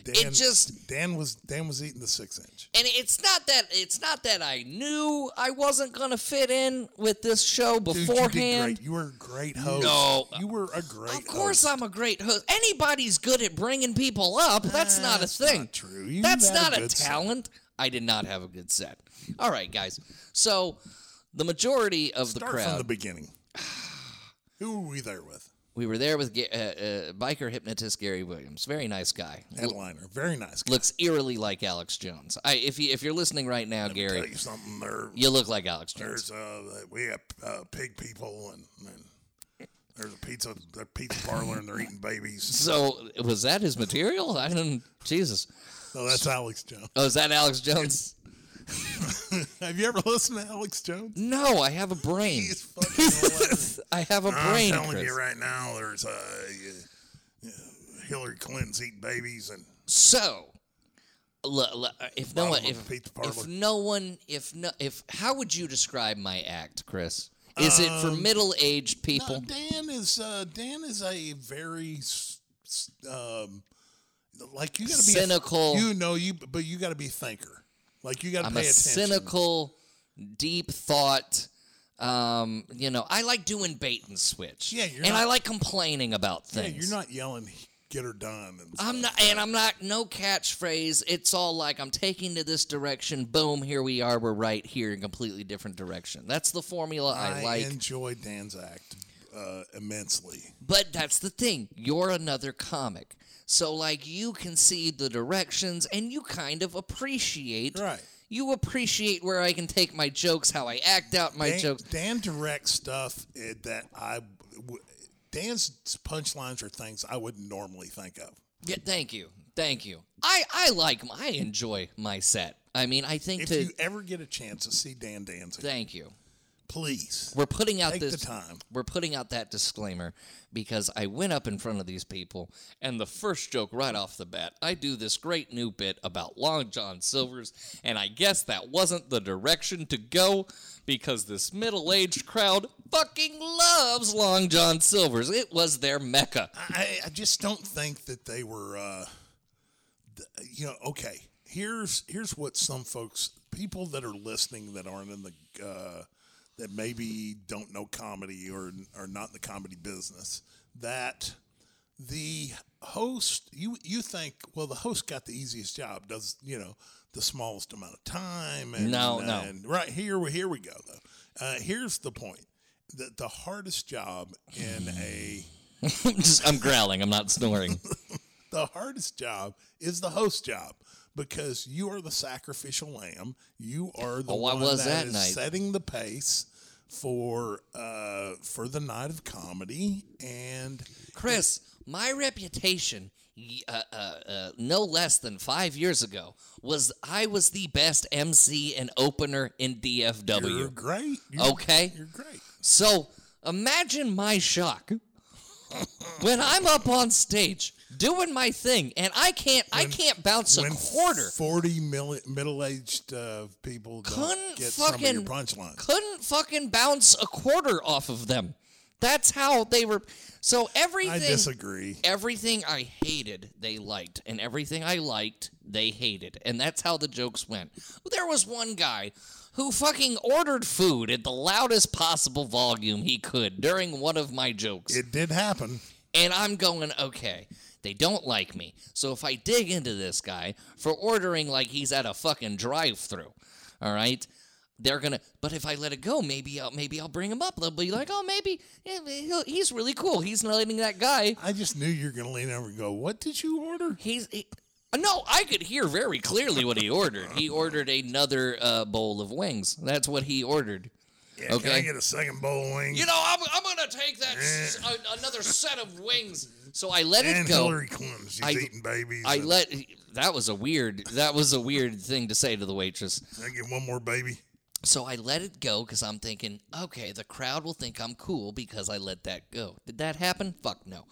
Speaker 1: Dan,
Speaker 2: It just
Speaker 1: Dan was Dan was eating the six inch.
Speaker 2: and it's not that it's not that I knew I wasn't going to fit in with this show
Speaker 1: Dude,
Speaker 2: beforehand.
Speaker 1: you did great. You were a great host.
Speaker 2: No. uh,
Speaker 1: you were a great.
Speaker 2: Of course,
Speaker 1: host.
Speaker 2: I'm a great host. Anybody's good at bringing people up. That's not a
Speaker 1: Uh, That's
Speaker 2: thing.
Speaker 1: not true. You
Speaker 2: That's
Speaker 1: had a
Speaker 2: not a,
Speaker 1: good set.
Speaker 2: talent. I did not have a good set. All right, guys. So the majority of the
Speaker 1: Start
Speaker 2: crowd,
Speaker 1: from the beginning. Who were we there with?
Speaker 2: we were there with Ga- uh, uh, biker hypnotist Gary Williams. Very nice guy.
Speaker 1: Headliner, very nice. Guy.
Speaker 2: Looks eerily like Alex Jones. I, if you, if you're listening right now,
Speaker 1: Tell
Speaker 2: Gary,
Speaker 1: you something. There,
Speaker 2: you look like Alex Jones.
Speaker 1: there's uh, we have uh, pig people and, and there's a pizza a pizza parlor and they're eating babies.
Speaker 2: So was that his material? I didn't. Jesus.
Speaker 1: No, that's Alex Jones.
Speaker 2: Oh, is that Alex Jones?
Speaker 1: Have you ever listened to Alex Jones?
Speaker 2: No, I have a brain.
Speaker 1: He's fucking hilarious.
Speaker 2: I have a
Speaker 1: I'm
Speaker 2: brain.
Speaker 1: telling
Speaker 2: Chris.
Speaker 1: you right now, there's uh, uh, Hillary Clinton's eating babies and
Speaker 2: So, l- l- if no
Speaker 1: Bottom of
Speaker 2: one, if,
Speaker 1: the pizza
Speaker 2: if
Speaker 1: parlor.
Speaker 2: no one, if no, if how would you describe my act, Chris? Is it
Speaker 1: Um,
Speaker 2: for middle-aged
Speaker 1: No,
Speaker 2: people?
Speaker 1: Dan is uh, Dan is a very s- s- um, like you got to be a-
Speaker 2: Cynical.
Speaker 1: you know you, but you got to be a thinker. Like you got to
Speaker 2: I'm
Speaker 1: pay
Speaker 2: a
Speaker 1: attention.
Speaker 2: cynical, deep thought. Um, you know, I like doing bait and switch.
Speaker 1: Yeah, you're
Speaker 2: and I
Speaker 1: not-
Speaker 2: like complaining about
Speaker 1: Yeah,
Speaker 2: things.
Speaker 1: you're not yelling. Get her done. And
Speaker 2: I'm not, and I'm not. No catchphrase. It's all like I'm taking to this direction. Boom, here we are. We're right here in completely different direction. That's the formula I, like.
Speaker 1: enjoy Dan's act uh, immensely.
Speaker 2: But that's the thing. You're another comic. So like you can see the directions and you kind of appreciate
Speaker 1: Right.
Speaker 2: You appreciate where I can take my jokes, how I act out my
Speaker 1: Dan,
Speaker 2: jokes.
Speaker 1: Dan directs stuff eh, that I. W- Dan's punchlines are things I wouldn't normally think of.
Speaker 2: Yeah, thank you. Thank you. I I like I enjoy my set. I mean, I think
Speaker 1: If
Speaker 2: to
Speaker 1: you ever get a chance to see Dan Danzig,
Speaker 2: thank you.
Speaker 1: please
Speaker 2: We're putting out
Speaker 1: take
Speaker 2: this
Speaker 1: the time.
Speaker 2: we're putting out that disclaimer because I went up in front of these people, and the first joke right off the bat, I do this great new bit about Long John Silver's, and I guess that wasn't the direction to go because this middle aged crowd fucking loves Long John Silver's. It was their mecca.
Speaker 1: I, I just don't think that they were, uh, th- you know, okay. Here's here's what some folks, people that are listening that aren't in the, uh, that maybe don't know comedy or are not in the comedy business, that the host, you you think, well, the host got the easiest job, does you know the smallest amount of time, and
Speaker 2: No, no.
Speaker 1: and right here we here we go though. Uh, here's the point: the the hardest job in a
Speaker 2: Just- I'm growling, I'm not snoring.
Speaker 1: the hardest job is the host job because you are the sacrificial lamb. You are the
Speaker 2: Oh, I
Speaker 1: one
Speaker 2: was that
Speaker 1: is
Speaker 2: night.
Speaker 1: setting the pace for uh, for the night of comedy, and
Speaker 2: Chris, my reputation, y- uh, uh, uh, no less than five years ago, was I was the best MC and opener in
Speaker 1: you're
Speaker 2: DFW.
Speaker 1: great. You're,
Speaker 2: Okay,
Speaker 1: you're great.
Speaker 2: so imagine my shock when I'm up on stage doing my thing, and I can't, I can't bounce a
Speaker 1: When
Speaker 2: quarter.
Speaker 1: forty mil- middle-aged uh, people don't
Speaker 2: Couldn't
Speaker 1: get some of your
Speaker 2: fucking-
Speaker 1: punchlines.
Speaker 2: couldn't fucking bounce a quarter off of them. That's how they were. So
Speaker 1: I
Speaker 2: everything,
Speaker 1: disagree.
Speaker 2: everything I hated, they liked, and everything I liked, they hated, and that's how the jokes went. There was one guy who fucking ordered food at the loudest possible volume he could during one of my jokes.
Speaker 1: It did happen.
Speaker 2: And I'm going, okay, they don't like me. So if I dig into this guy for ordering like he's at a fucking drive through, all right? They're gonna, but if I let it go, maybe I'll maybe I'll bring him up. They'll be like, "Oh, maybe yeah, he'll, he's really cool. He's not letting that guy.
Speaker 1: I just knew you were going to lean over and go, "What did you order?"
Speaker 2: He's he, no, I could hear very clearly what he ordered. He ordered another uh, bowl of wings. That's what he ordered.
Speaker 1: Yeah, Can I
Speaker 2: Okay.
Speaker 1: get a second bowl of wings
Speaker 2: You know, I'm, I'm gonna take that s- a- another set of wings. So I let
Speaker 1: Eh. and
Speaker 2: it go.
Speaker 1: Hillary Clinton. She's
Speaker 2: I-
Speaker 1: eating babies.
Speaker 2: I
Speaker 1: and-
Speaker 2: let that was a weird that was a weird thing to say to the waitress.
Speaker 1: Can I get one more baby.
Speaker 2: So I let it go because I'm thinking, okay, the crowd will think I'm cool because I let that go. Did that happen? Fuck no.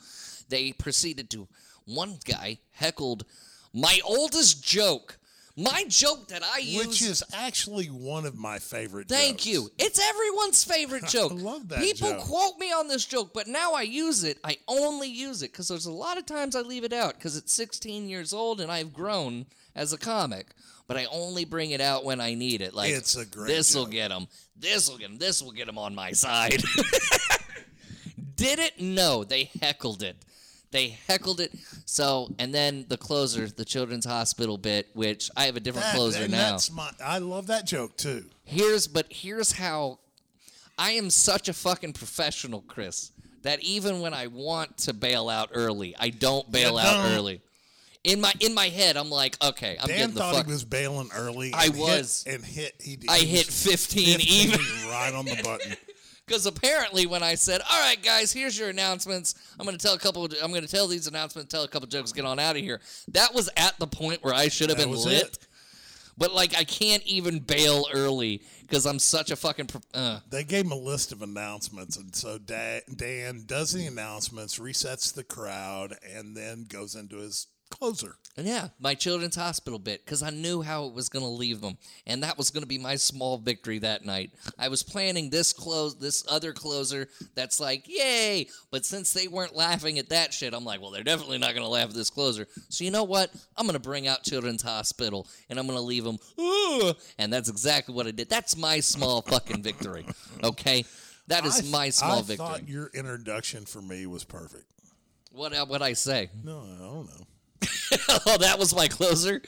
Speaker 2: They proceeded to one guy heckled my oldest joke, my joke that I use.
Speaker 1: which is actually one of my favorite.
Speaker 2: Thank
Speaker 1: jokes.
Speaker 2: you. It's everyone's favorite joke.
Speaker 1: love that
Speaker 2: People
Speaker 1: joke.
Speaker 2: quote me on this joke, but now I use it. I only use it because there's a lot of times I leave it out because it's 16 years old and I've grown as a comic. But I only bring it out when I need it. Like
Speaker 1: It's a great
Speaker 2: This will
Speaker 1: joke.
Speaker 2: get them. This will get them. This will get them on my side. Didn't know they heckled it. They heckled it. So and then the closer, the Children's Hospital bit, which I have a different
Speaker 1: That-
Speaker 2: closer
Speaker 1: and
Speaker 2: now.
Speaker 1: That's my. I love that joke too.
Speaker 2: Here's but here's how I am such a fucking professional, Chris, that even when I want to bail out early, I don't bail
Speaker 1: You
Speaker 2: out
Speaker 1: don't.
Speaker 2: early. In my in my head, I'm like, okay, I'm
Speaker 1: Dan
Speaker 2: getting the
Speaker 1: thought
Speaker 2: fuck.
Speaker 1: he was bailing early.
Speaker 2: I
Speaker 1: and hit-
Speaker 2: was.
Speaker 1: and hit. He did.
Speaker 2: I
Speaker 1: he
Speaker 2: hit
Speaker 1: was
Speaker 2: 15, even
Speaker 1: right on the button.
Speaker 2: because apparently when I said, "All right, guys, here's your announcements. I'm gonna tell a couple. I'm gonna tell these announcements, tell a couple jokes, get on out of here." That was at the point where I should have
Speaker 1: That
Speaker 2: been
Speaker 1: was
Speaker 2: lit.
Speaker 1: it.
Speaker 2: But like, I can't even bail early because I'm such a fucking. pro- Uh,
Speaker 1: They gave him a list of announcements, and so da- Dan does the announcements, resets the crowd, and then goes into his closer.
Speaker 2: And Yeah, my children's hospital bit because I knew how it was going to leave them, and that was going to be my small victory that night. I was planning this close, this other closer that's like, yay! But since they weren't laughing at that shit, I'm like, well, they're definitely not going to laugh at this closer. So you know what? I'm going to bring out children's hospital, and I'm going to leave them, Ooh! and that's exactly what I did. That's my small fucking victory. Okay, that
Speaker 1: I
Speaker 2: is
Speaker 1: th-
Speaker 2: my small
Speaker 1: I
Speaker 2: victory.
Speaker 1: thought your introduction for me was perfect.
Speaker 2: what uh, what I say?
Speaker 1: No, I don't know.
Speaker 2: oh, that was my closer.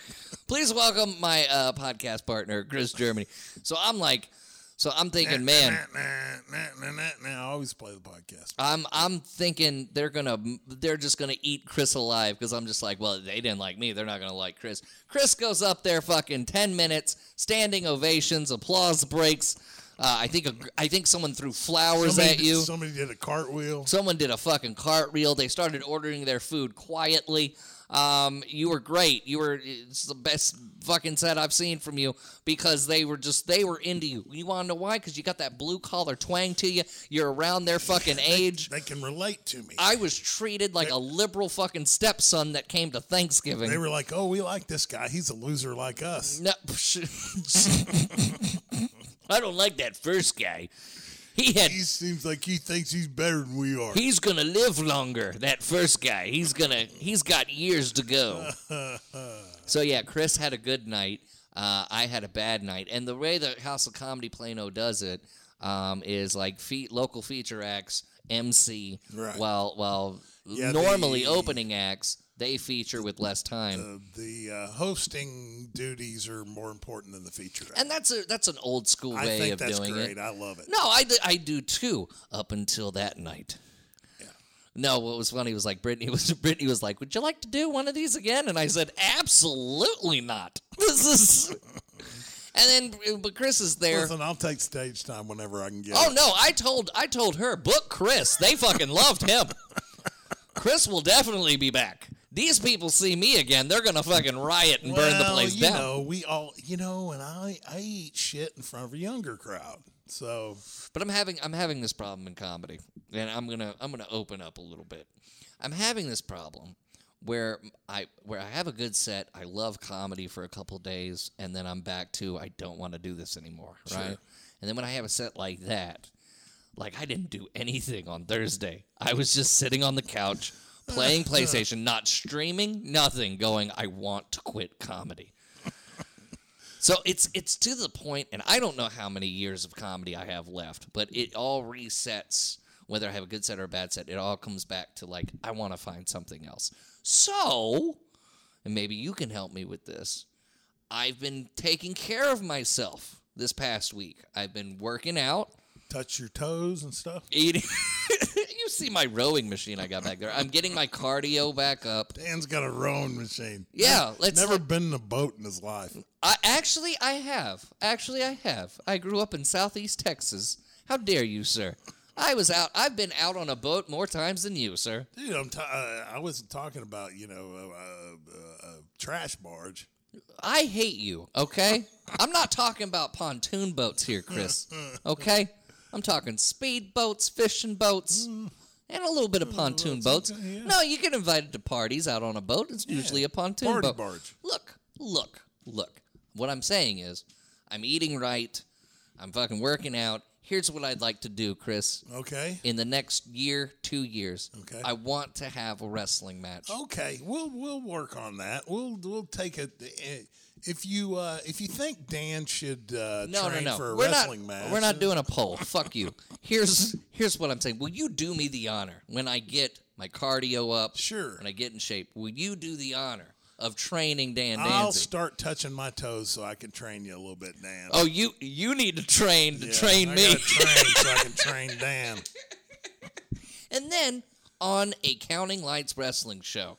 Speaker 2: Please welcome my uh, podcast partner, Chris Germany. So I'm like, so I'm thinking, man,
Speaker 1: Nah, nah, nah, nah, nah, nah. I always play the podcast.
Speaker 2: I'm I'm thinking they're gonna they're just gonna eat Chris alive because I'm just like, well, they didn't like me, they're not gonna like Chris. Chris goes up there, fucking ten minutes, standing ovations, applause breaks. Uh, I think a, I think someone threw flowers
Speaker 1: somebody,
Speaker 2: at you.
Speaker 1: Somebody did a cartwheel.
Speaker 2: Someone did a fucking cartwheel. They started ordering their food quietly. Um, you were great. You were it's the best fucking set I've seen from you because they were just they were into you. You want to know why? Because you got that blue collar twang to you. You're around their fucking age.
Speaker 1: They can relate to me.
Speaker 2: I was treated like a liberal fucking stepson that came to Thanksgiving.
Speaker 1: they were like, "Oh, we like this guy. He's a loser like us."
Speaker 2: No, I don't like that first guy. He had
Speaker 1: He seems like he thinks he's better than we are.
Speaker 2: He's gonna live longer. That first guy. He's gonna. He's got years to go. so yeah, Chris had a good night. Uh, I had a bad night. And the way the House of Comedy Plano does it um, is like fe- local feature acts MC,
Speaker 1: Right.
Speaker 2: while while
Speaker 1: Yeah,
Speaker 2: normally
Speaker 1: the-
Speaker 2: opening acts they feature with less time.
Speaker 1: Uh, the uh, hosting duties are more important than the feature.
Speaker 2: and that's a that's an old school
Speaker 1: I
Speaker 2: way
Speaker 1: think
Speaker 2: of
Speaker 1: that's
Speaker 2: doing
Speaker 1: great.
Speaker 2: it.
Speaker 1: I love it.
Speaker 2: No, I, d- I do too. Up until that night. No, what was funny was like Brittany was Brittany was like, "Would you like to do one of these again?" And I said, "Absolutely not. This is." And then, but Chris is there.
Speaker 1: Listen, I'll take stage time whenever I can get.
Speaker 2: Oh
Speaker 1: it.
Speaker 2: no, I told I told her book Chris. They fucking loved him. Chris will definitely be back. These people see me again, they're gonna fucking riot and burn the
Speaker 1: Well,
Speaker 2: place
Speaker 1: you
Speaker 2: down.
Speaker 1: know, we all, you know, and I, I eat shit in front of a younger crowd. So
Speaker 2: But I'm having I'm having this problem in comedy, and I'm gonna I'm gonna open up a little bit. I'm having this problem where I where I have a good set, I love comedy for a couple days, and then I'm back to I don't want to do this anymore, right? And then when I have a set like that, like I didn't do anything on Thursday. I was just sitting on the couch playing PlayStation, not streaming, nothing, going I want to quit comedy. So it's it's to the point, and I don't know how many years of comedy I have left, but it all resets. Whether I have a good set or a bad set, it all comes back to like I want to find something else. So, and maybe you can help me with this. I've been taking care of myself this past week. I've been working out,
Speaker 1: touch your toes and stuff.
Speaker 2: eating. you see my rowing machine I got back there. I'm getting my cardio back up.
Speaker 1: Dan's got a rowing machine.
Speaker 2: Yeah, let's
Speaker 1: Never been in a boat in his life.
Speaker 2: I actually I have. Actually I have. I grew up in southeast Texas. How dare you, sir? I was out. I've been out on a boat more times than you, sir.
Speaker 1: Dude, I'm t- uh, I wasn't talking about, you know, a, a, a trash barge.
Speaker 2: I hate you, okay? I'm not talking about pontoon boats here, Chris. Okay? I'm talking speed boats, fishing boats, and a little bit of pontoon boats.
Speaker 1: okay, yeah.
Speaker 2: No, you get invited to parties out on a boat. It's usually a pontoon
Speaker 1: Party
Speaker 2: boat.
Speaker 1: barge.
Speaker 2: Look, look, look. What I'm saying is, I'm eating right. I'm fucking working out. Here's what I'd like to do, Chris.
Speaker 1: Okay.
Speaker 2: In the next year, two years,
Speaker 1: Oh. Okay. Oh,
Speaker 2: I want to have a wrestling match.
Speaker 1: Okay, we'll we'll work on that. We'll we'll take it. If you uh, if you think Dan should uh,
Speaker 2: no, no,
Speaker 1: train
Speaker 2: no.
Speaker 1: for a
Speaker 2: we're
Speaker 1: wrestling
Speaker 2: not.
Speaker 1: match,
Speaker 2: We're not doing a poll. Fuck you. Here's here's what I'm saying. Will you do me the honor when I get my cardio up?
Speaker 1: Sure.
Speaker 2: When I get in shape, will you do the honor of training Dan
Speaker 1: I'll
Speaker 2: Danzig?
Speaker 1: start touching my toes so I can train you a little bit, Dan.
Speaker 2: oh, you you need to train to
Speaker 1: Yeah,
Speaker 2: train
Speaker 1: I
Speaker 2: me.
Speaker 1: gotta train so I can train Dan.
Speaker 2: and then on a counting lights wrestling show.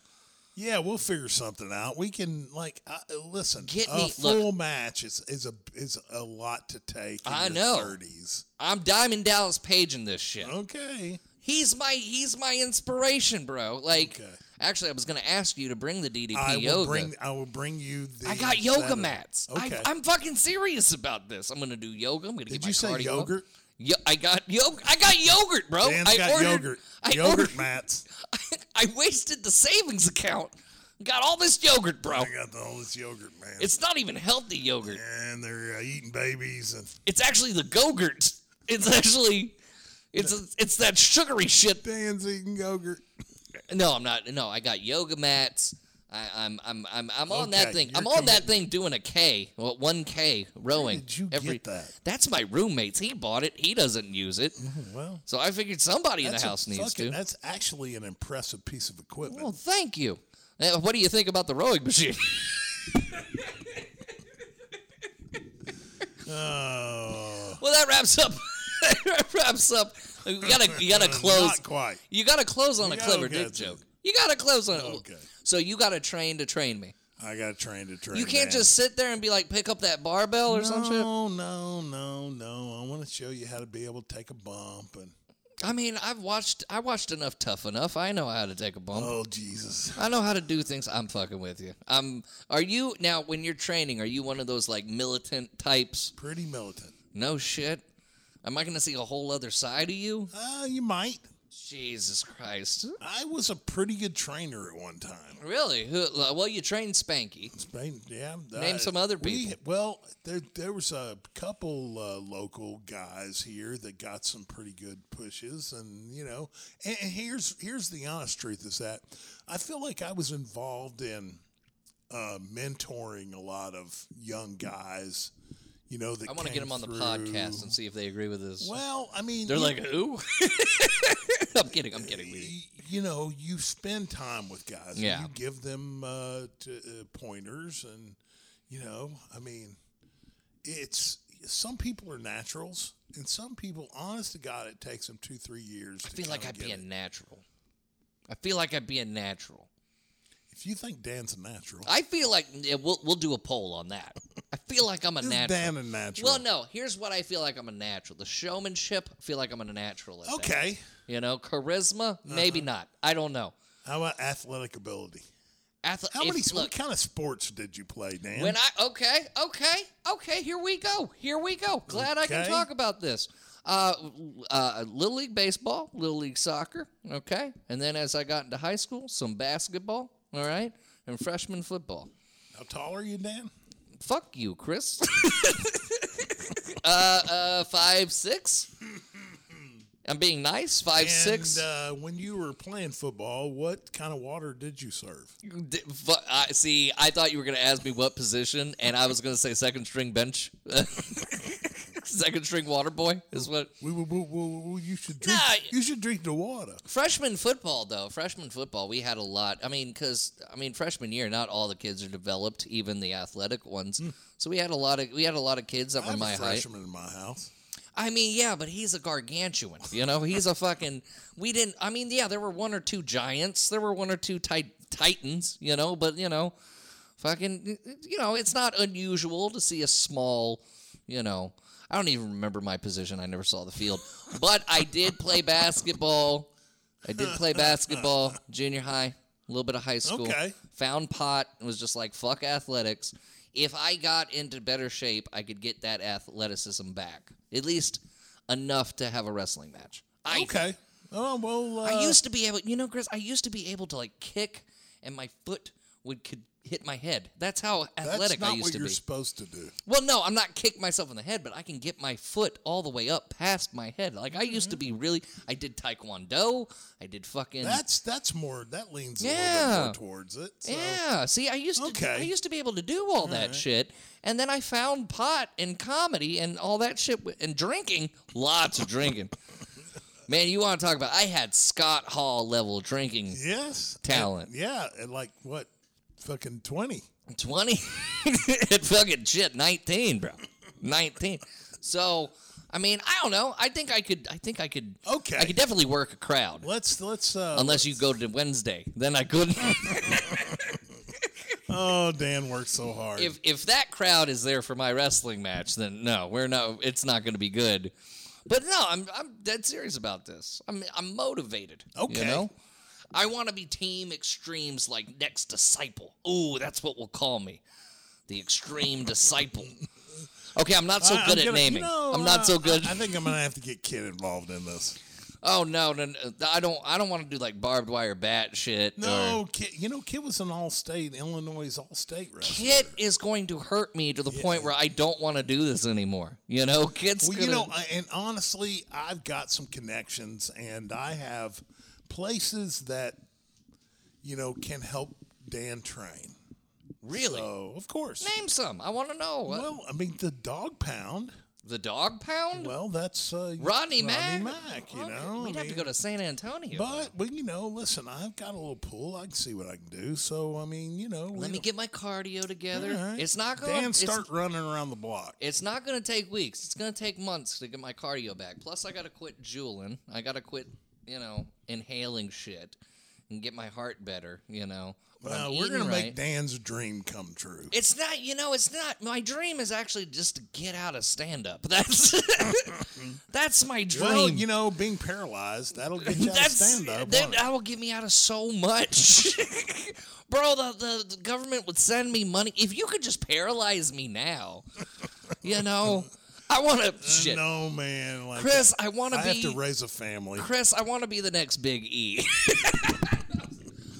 Speaker 1: Yeah, we'll figure something out. We can like uh, listen.
Speaker 2: Get
Speaker 1: a
Speaker 2: me-
Speaker 1: full match is, is a is a lot to take. In
Speaker 2: I
Speaker 1: your
Speaker 2: know.
Speaker 1: Thirties.
Speaker 2: I'm Diamond Dallas Page in this shit.
Speaker 1: Oh. Okay.
Speaker 2: He's my he's my inspiration, bro. Like,
Speaker 1: Okay.
Speaker 2: actually, I was gonna ask you to bring the DDP
Speaker 1: I will
Speaker 2: yoga.
Speaker 1: bring. I will bring you the.
Speaker 2: I got yoga
Speaker 1: set of-
Speaker 2: mats.
Speaker 1: Okay.
Speaker 2: I, I'm fucking serious about this. I'm gonna do yoga. I'm gonna
Speaker 1: Did
Speaker 2: get
Speaker 1: you
Speaker 2: my
Speaker 1: say
Speaker 2: cardio.
Speaker 1: yogurt?
Speaker 2: Yo- I got yogurt. I got yogurt, bro.
Speaker 1: Dan's
Speaker 2: Oh, I
Speaker 1: got
Speaker 2: ordered.
Speaker 1: yogurt.
Speaker 2: I
Speaker 1: yogurt
Speaker 2: ordered.
Speaker 1: mats.
Speaker 2: I wasted the savings account. Got all this yogurt, bro.
Speaker 1: I got the all this yogurt, man.
Speaker 2: It's not even healthy yogurt.
Speaker 1: and they're uh, eating babies and
Speaker 2: It's actually the gogurt. It's actually, it's it's that sugary shit.
Speaker 1: Dan's eating yogurt.
Speaker 2: No, I'm not. No, I got yoga mats. I, I'm I'm I'm I'm on that
Speaker 1: Okay,
Speaker 2: thing.
Speaker 1: you're
Speaker 2: I'm on that thing doing a K, well, one K rowing.
Speaker 1: did you
Speaker 2: every,
Speaker 1: get that?
Speaker 2: That's my roommate's. He bought it. He doesn't use it.
Speaker 1: Well,
Speaker 2: So I figured somebody in the
Speaker 1: that's a
Speaker 2: house needs
Speaker 1: fucking-
Speaker 2: to.
Speaker 1: That's actually an impressive piece of equipment.
Speaker 2: Well, thank you. Uh, what do you think about the rowing machine?
Speaker 1: Oh,
Speaker 2: well, that wraps up. that wraps up. You gotta you gotta close.
Speaker 1: not quite.
Speaker 2: You gotta close on a
Speaker 1: gotta
Speaker 2: clever
Speaker 1: get
Speaker 2: dick
Speaker 1: to-
Speaker 2: joke. You gotta close on.
Speaker 1: Okay.
Speaker 2: So you gotta train to train me.
Speaker 1: I got to train to train.
Speaker 2: You can't
Speaker 1: Dan.
Speaker 2: just sit there and be like, pick up that barbell or some shit.
Speaker 1: No, no, no, no. I want to show you how to be able to take a bump and
Speaker 2: I mean, I've watched I watched enough Tough Enough. I know how to take a bump.
Speaker 1: oh Jesus.
Speaker 2: I know how to do things. I'm fucking with you. Um, are you now when you're training? Are you one of those like militant types?
Speaker 1: Pretty militant.
Speaker 2: No shit. Am I going to see a whole other side of you?
Speaker 1: Uh, you might.
Speaker 2: Jesus Christ.
Speaker 1: I was a pretty good trainer at one time.
Speaker 2: Really? Who, well, you trained Spanky.
Speaker 1: Spain, yeah.
Speaker 2: Name some other
Speaker 1: we-
Speaker 2: people.
Speaker 1: well, there there was a couple uh, local guys here that got some pretty good pushes, and you know, and, and here's here's the honest truth is that I feel like I was involved in uh, mentoring a lot of young guys. You know, that
Speaker 2: I want to get
Speaker 1: came
Speaker 2: them on the
Speaker 1: through.
Speaker 2: podcast and see if they agree with this.
Speaker 1: Well, I mean,
Speaker 2: They're
Speaker 1: you-
Speaker 2: like, who? I'm kidding. I'm kidding. Weedy.
Speaker 1: y- you know, you spend time with guys. and
Speaker 2: Yeah.
Speaker 1: You give them uh, t- uh, pointers, and you know, I mean, it's some people are naturals, and some people, honest to God, it takes them two, three years.
Speaker 2: I feel like I'd be a natural. I feel like I'd be a natural.
Speaker 1: If you think Dan's a natural,
Speaker 2: I feel like yeah, we'll we'll do a poll on that. I feel like I'm a
Speaker 1: Just
Speaker 2: natural.
Speaker 1: damn it natural.
Speaker 2: Well, no. Here's what I feel like I'm a natural. The showmanship, I feel like I'm a natural. at that.
Speaker 1: Okay. Uh-huh.
Speaker 2: You know, charisma, maybe not. I don't know.
Speaker 1: How about athletic ability?
Speaker 2: Athle-
Speaker 1: How
Speaker 2: if-
Speaker 1: many?
Speaker 2: look,
Speaker 1: what kind of sports did you play, Dan?
Speaker 2: When I okay, okay, okay, here we go. Here we go. Glad I can
Speaker 1: Okay.
Speaker 2: talk about this. Uh, uh, little league baseball, little league soccer, okay, and then as I got into high school, some basketball, all right, and freshman football.
Speaker 1: How tall are you, Dan?
Speaker 2: Fuck you, Chris. uh, uh, five six. I'm being nice. Five six.
Speaker 1: And uh, when you were playing football, what kind of water did you serve?
Speaker 2: D- fu- I see. I thought you were going to ask me what position, and I was going to say second string bench, second string water boy is what.
Speaker 1: We, we, we, we, we- you should drink.
Speaker 2: Nah.
Speaker 1: you should drink the water.
Speaker 2: Freshman football, though, freshman football, we had a lot. I mean, because I mean, freshman year, not all the kids are developed, even the athletic ones. So we had a lot of we had a lot of kids that
Speaker 1: Hmm. I
Speaker 2: were
Speaker 1: have
Speaker 2: my
Speaker 1: a
Speaker 2: height.
Speaker 1: freshman in my house.
Speaker 2: I mean, yeah, but he's a gargantuan. You know, he's a fucking. We didn't. I mean, yeah, there were one or two giants. There were one or two tit- titans. You know, but you know, fucking. You know, it's not unusual to see a small. You know, I don't even remember my position. I never saw the field, but I did play basketball. I did play basketball, junior high, a little bit of high school.
Speaker 1: Okay.
Speaker 2: Found pot and was just like, fuck athletics. If I got into better shape, I could get that athleticism back. At least enough to have a wrestling match. I,
Speaker 1: Okay. Oh well. Uh,
Speaker 2: I used to be able, you know, Chris, I used to be able to like kick and my foot would could hit my head. That's how
Speaker 1: that's
Speaker 2: athletic
Speaker 1: not
Speaker 2: I used
Speaker 1: what
Speaker 2: to
Speaker 1: you're
Speaker 2: be.
Speaker 1: supposed to do.
Speaker 2: Well, no, I'm not kick myself in the head, but I can get my foot all the way up past my head. Like I used
Speaker 1: Mm-hmm.
Speaker 2: to be really. I did taekwondo. I did fucking.
Speaker 1: That's that's more. That leans a
Speaker 2: Yeah.
Speaker 1: little bit more towards it. So.
Speaker 2: yeah. See, I used to.
Speaker 1: Okay.
Speaker 2: I used to be able to do all, that shit, and then I found pot and comedy and all that shit wi- and drinking. Lots of drinking. Man, you want to talk about? I had Scott Hall level drinking.
Speaker 1: Yes.
Speaker 2: Talent.
Speaker 1: At- yeah. At like what? Fucking twenty.
Speaker 2: 20 at fucking shit 19 bro 19 so i mean i don't know i think i could i think i could
Speaker 1: Okay.
Speaker 2: i could definitely work a crowd
Speaker 1: Let's let's. Uh,
Speaker 2: unless you go to wednesday then i couldn't
Speaker 1: oh, Dan worked so hard.
Speaker 2: if if that crowd is there for my wrestling match then no we're not it's not going to be good but no i'm i'm dead serious about this i'm i'm motivated you
Speaker 1: Okay.
Speaker 2: know i want to be team extremes like next disciple ooh that's what we'll call me the extreme disciple okay i'm not so
Speaker 1: I-
Speaker 2: good
Speaker 1: I'm
Speaker 2: at
Speaker 1: gonna- you
Speaker 2: naming
Speaker 1: know,
Speaker 2: i'm not
Speaker 1: uh,
Speaker 2: so good
Speaker 1: I, I think I'm gonna have to get Kid involved in this.
Speaker 2: oh no, no, no i don't i don't want to do like barbed wire bat shit or,
Speaker 1: No, Kid. You know, Kid was an all-state, Illinois all-state wrestler.
Speaker 2: Kid is going to hurt me to the point where I don't want to do this anymore. You know, kids.
Speaker 1: Well, you know, I, and honestly, I've got some connections, and I have places that you know can help Dan train.
Speaker 2: really.
Speaker 1: Oh, of course.
Speaker 2: Name some. I want to know. What-
Speaker 1: Well, I mean, the dog pound.
Speaker 2: the dog pound?
Speaker 1: Well, that's uh,
Speaker 2: Rodney Mack?
Speaker 1: Mack, you
Speaker 2: Okay,
Speaker 1: know,
Speaker 2: We'd
Speaker 1: I
Speaker 2: have to
Speaker 1: mean-
Speaker 2: go to San Antonio.
Speaker 1: But well, you know, listen, I've got a little pool. I can see what I can do. So I mean, you know,
Speaker 2: Let me get my cardio together. It's not going
Speaker 1: Dan
Speaker 2: to
Speaker 1: start
Speaker 2: It's,
Speaker 1: running around the block.
Speaker 2: it's not going to take weeks. It's going to take months to get my cardio back. Plus I got to quit juuling. I got to quit, you know, inhaling shit and get my heart better, you know. But I'm
Speaker 1: Uh, we're
Speaker 2: eating
Speaker 1: gonna
Speaker 2: right.
Speaker 1: make Dan's dream come true.
Speaker 2: It's not, you know, it's not. My dream is actually just to get out of stand up. That's that's my dream.
Speaker 1: Well, you know, being paralyzed that'll get you out of
Speaker 2: That's oh,
Speaker 1: stand up.
Speaker 2: That, that will get me out of so much, bro. The, the the government would send me money if you could just paralyze me now. You know, I want to shit,
Speaker 1: Uh, No man, like
Speaker 2: Chris. I want
Speaker 1: I
Speaker 2: to
Speaker 1: have
Speaker 2: be
Speaker 1: to raise a family.
Speaker 2: Chris. I want to be the next Big E.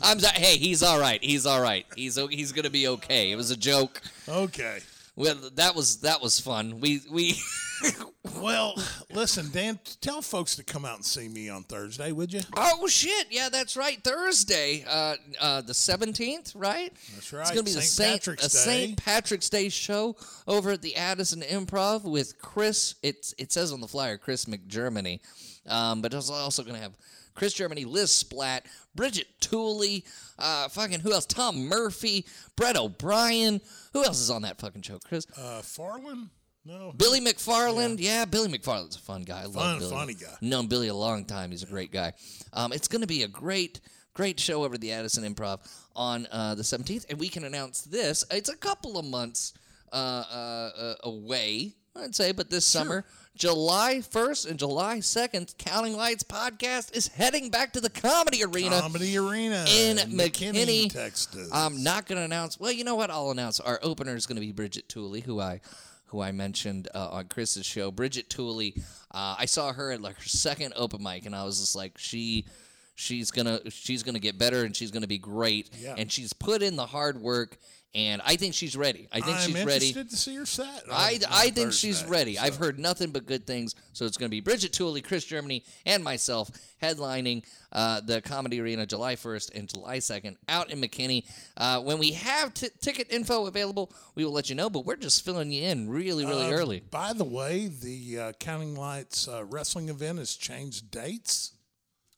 Speaker 2: I'm so- hey, he's all right. He's all right. He's o- he's gonna be okay. It was a joke.
Speaker 1: Okay.
Speaker 2: Well, that was that was fun. We we
Speaker 1: Well, listen, Dan, tell folks to come out and see me on Thursday, would you?
Speaker 2: oh shit, yeah, that's right. Thursday, uh, uh, the seventeenth, right?
Speaker 1: That's right.
Speaker 2: It's gonna be the
Speaker 1: St.
Speaker 2: Saint
Speaker 1: Patrick's
Speaker 2: a Saint
Speaker 1: Day.
Speaker 2: Patrick's Day show over at the Addison Improv with Chris. It's it says on the flyer Chris McGermany, um, but it's also gonna have Chris Germany, Liz Splat, Bridget Tooley, uh, fucking who else? Tom Murphy, Brett O'Brien. Who else is on that fucking show, Chris?
Speaker 1: Uh, Farland? No.
Speaker 2: Billy McFarland, yeah. Billy McFarland's a fun guy. I love
Speaker 1: Fun-
Speaker 2: Billy.
Speaker 1: funny guy.
Speaker 2: Known Billy a long time. He's a great guy. Um, it's going to be a great, great show over at the Addison Improv on uh, the 17th, and we can announce this. It's a couple of months uh, uh, uh, away, I'd say, but this summer, July 1st and July 2nd, Counting Lights podcast is heading back to the comedy arena.
Speaker 1: Comedy Arena
Speaker 2: in McKinney,
Speaker 1: Texas.
Speaker 2: I'm not going to announce. Well, you know what? I'll announce. Our opener is going to be Bridget Tooley, who I, who I mentioned uh, on Chris's show. Bridget Tooley. Uh, I saw her at like her second open mic, and I was just like, she, she's gonna, she's gonna get better, and she's gonna be great,
Speaker 1: Yeah.
Speaker 2: and she's put in the hard work, and I think she's ready. I think
Speaker 1: I'm
Speaker 2: she's ready.
Speaker 1: interested to see your set. uh,
Speaker 2: I,
Speaker 1: on- on
Speaker 2: I think she's
Speaker 1: Thursday.
Speaker 2: ready. I've heard nothing but good things. So it's going to be Bridget Tooley, Chris Germany, and myself headlining uh, the Comedy Arena July 1st and July 2nd out in McKinney. Uh, when we have t- ticket info available, we will let you know, but we're just filling you in really, really
Speaker 1: Um,
Speaker 2: early.
Speaker 1: By the way, the uh, Counting Lights uh, wrestling event has changed dates.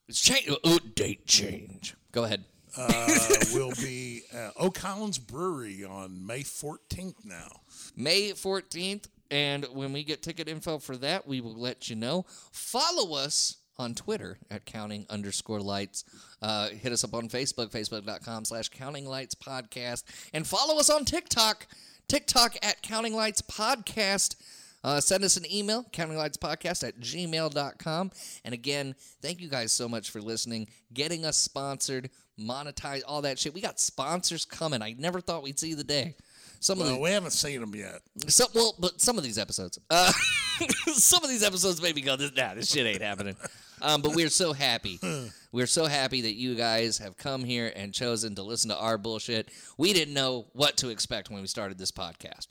Speaker 2: It's change. Oh, date change. Go ahead.
Speaker 1: Uh, will be uh, O'Collins Brewery on May 14th now.
Speaker 2: May 14th. And when we get ticket info for that, we will let you know. Follow us on Twitter at counting underscore lights. Uh, hit us up on Facebook, facebook.com slash counting lights podcast. And follow us on TikTok, TikTok at counting lights podcast. Uh, send us an email, countinglightspodcast at gmail.com. And again, thank you guys so much for listening, getting us sponsored, monetize all that shit. We got sponsors coming. I never thought we'd see the day. Some of the
Speaker 1: Well, Uh, we haven't seen them yet.
Speaker 2: some, well, but some of these episodes, uh, some of these episodes made me go, "This, nah, this shit ain't happening." Um, but we're so happy, we're so happy that you guys have come here and chosen to listen to our bullshit. We didn't know what to expect when we started this podcast,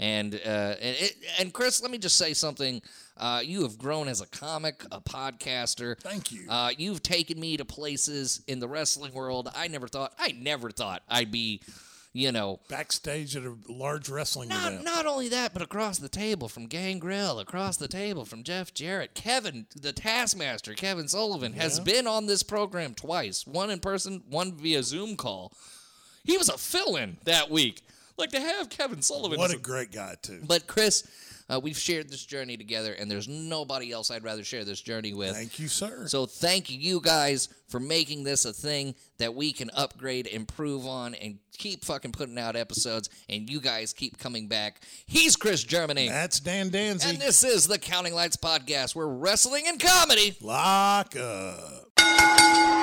Speaker 2: and uh, and it, and Chris, let me just say something. Uh, you have grown as a comic, a podcaster.
Speaker 1: Thank you.
Speaker 2: Uh, you've taken me to places in the wrestling world I never thought, I never thought I'd be, you know,
Speaker 1: Backstage at a large wrestling
Speaker 2: not,
Speaker 1: event.
Speaker 2: not only that, but across the table from Gangrel, across the table from Jeff Jarrett, Kevin, the Taskmaster, Kevin Sullivan, has been on this program twice one in person, one via Zoom call. He was a fill in that week. Like to have Kevin Sullivan.
Speaker 1: What
Speaker 2: as
Speaker 1: a great guy, too.
Speaker 2: but Chris, uh, we've shared this journey together, and there's nobody else I'd rather share this journey with.
Speaker 1: Thank you, sir.
Speaker 2: So thank you guys for making this a thing that we can upgrade, improve on, and keep fucking putting out episodes. And you guys keep coming back. He's Chris Germany,
Speaker 1: That's Dan
Speaker 2: and
Speaker 1: Danzig.
Speaker 2: this is the Counting Lights podcast. We're wrestling and comedy.
Speaker 1: Lock up.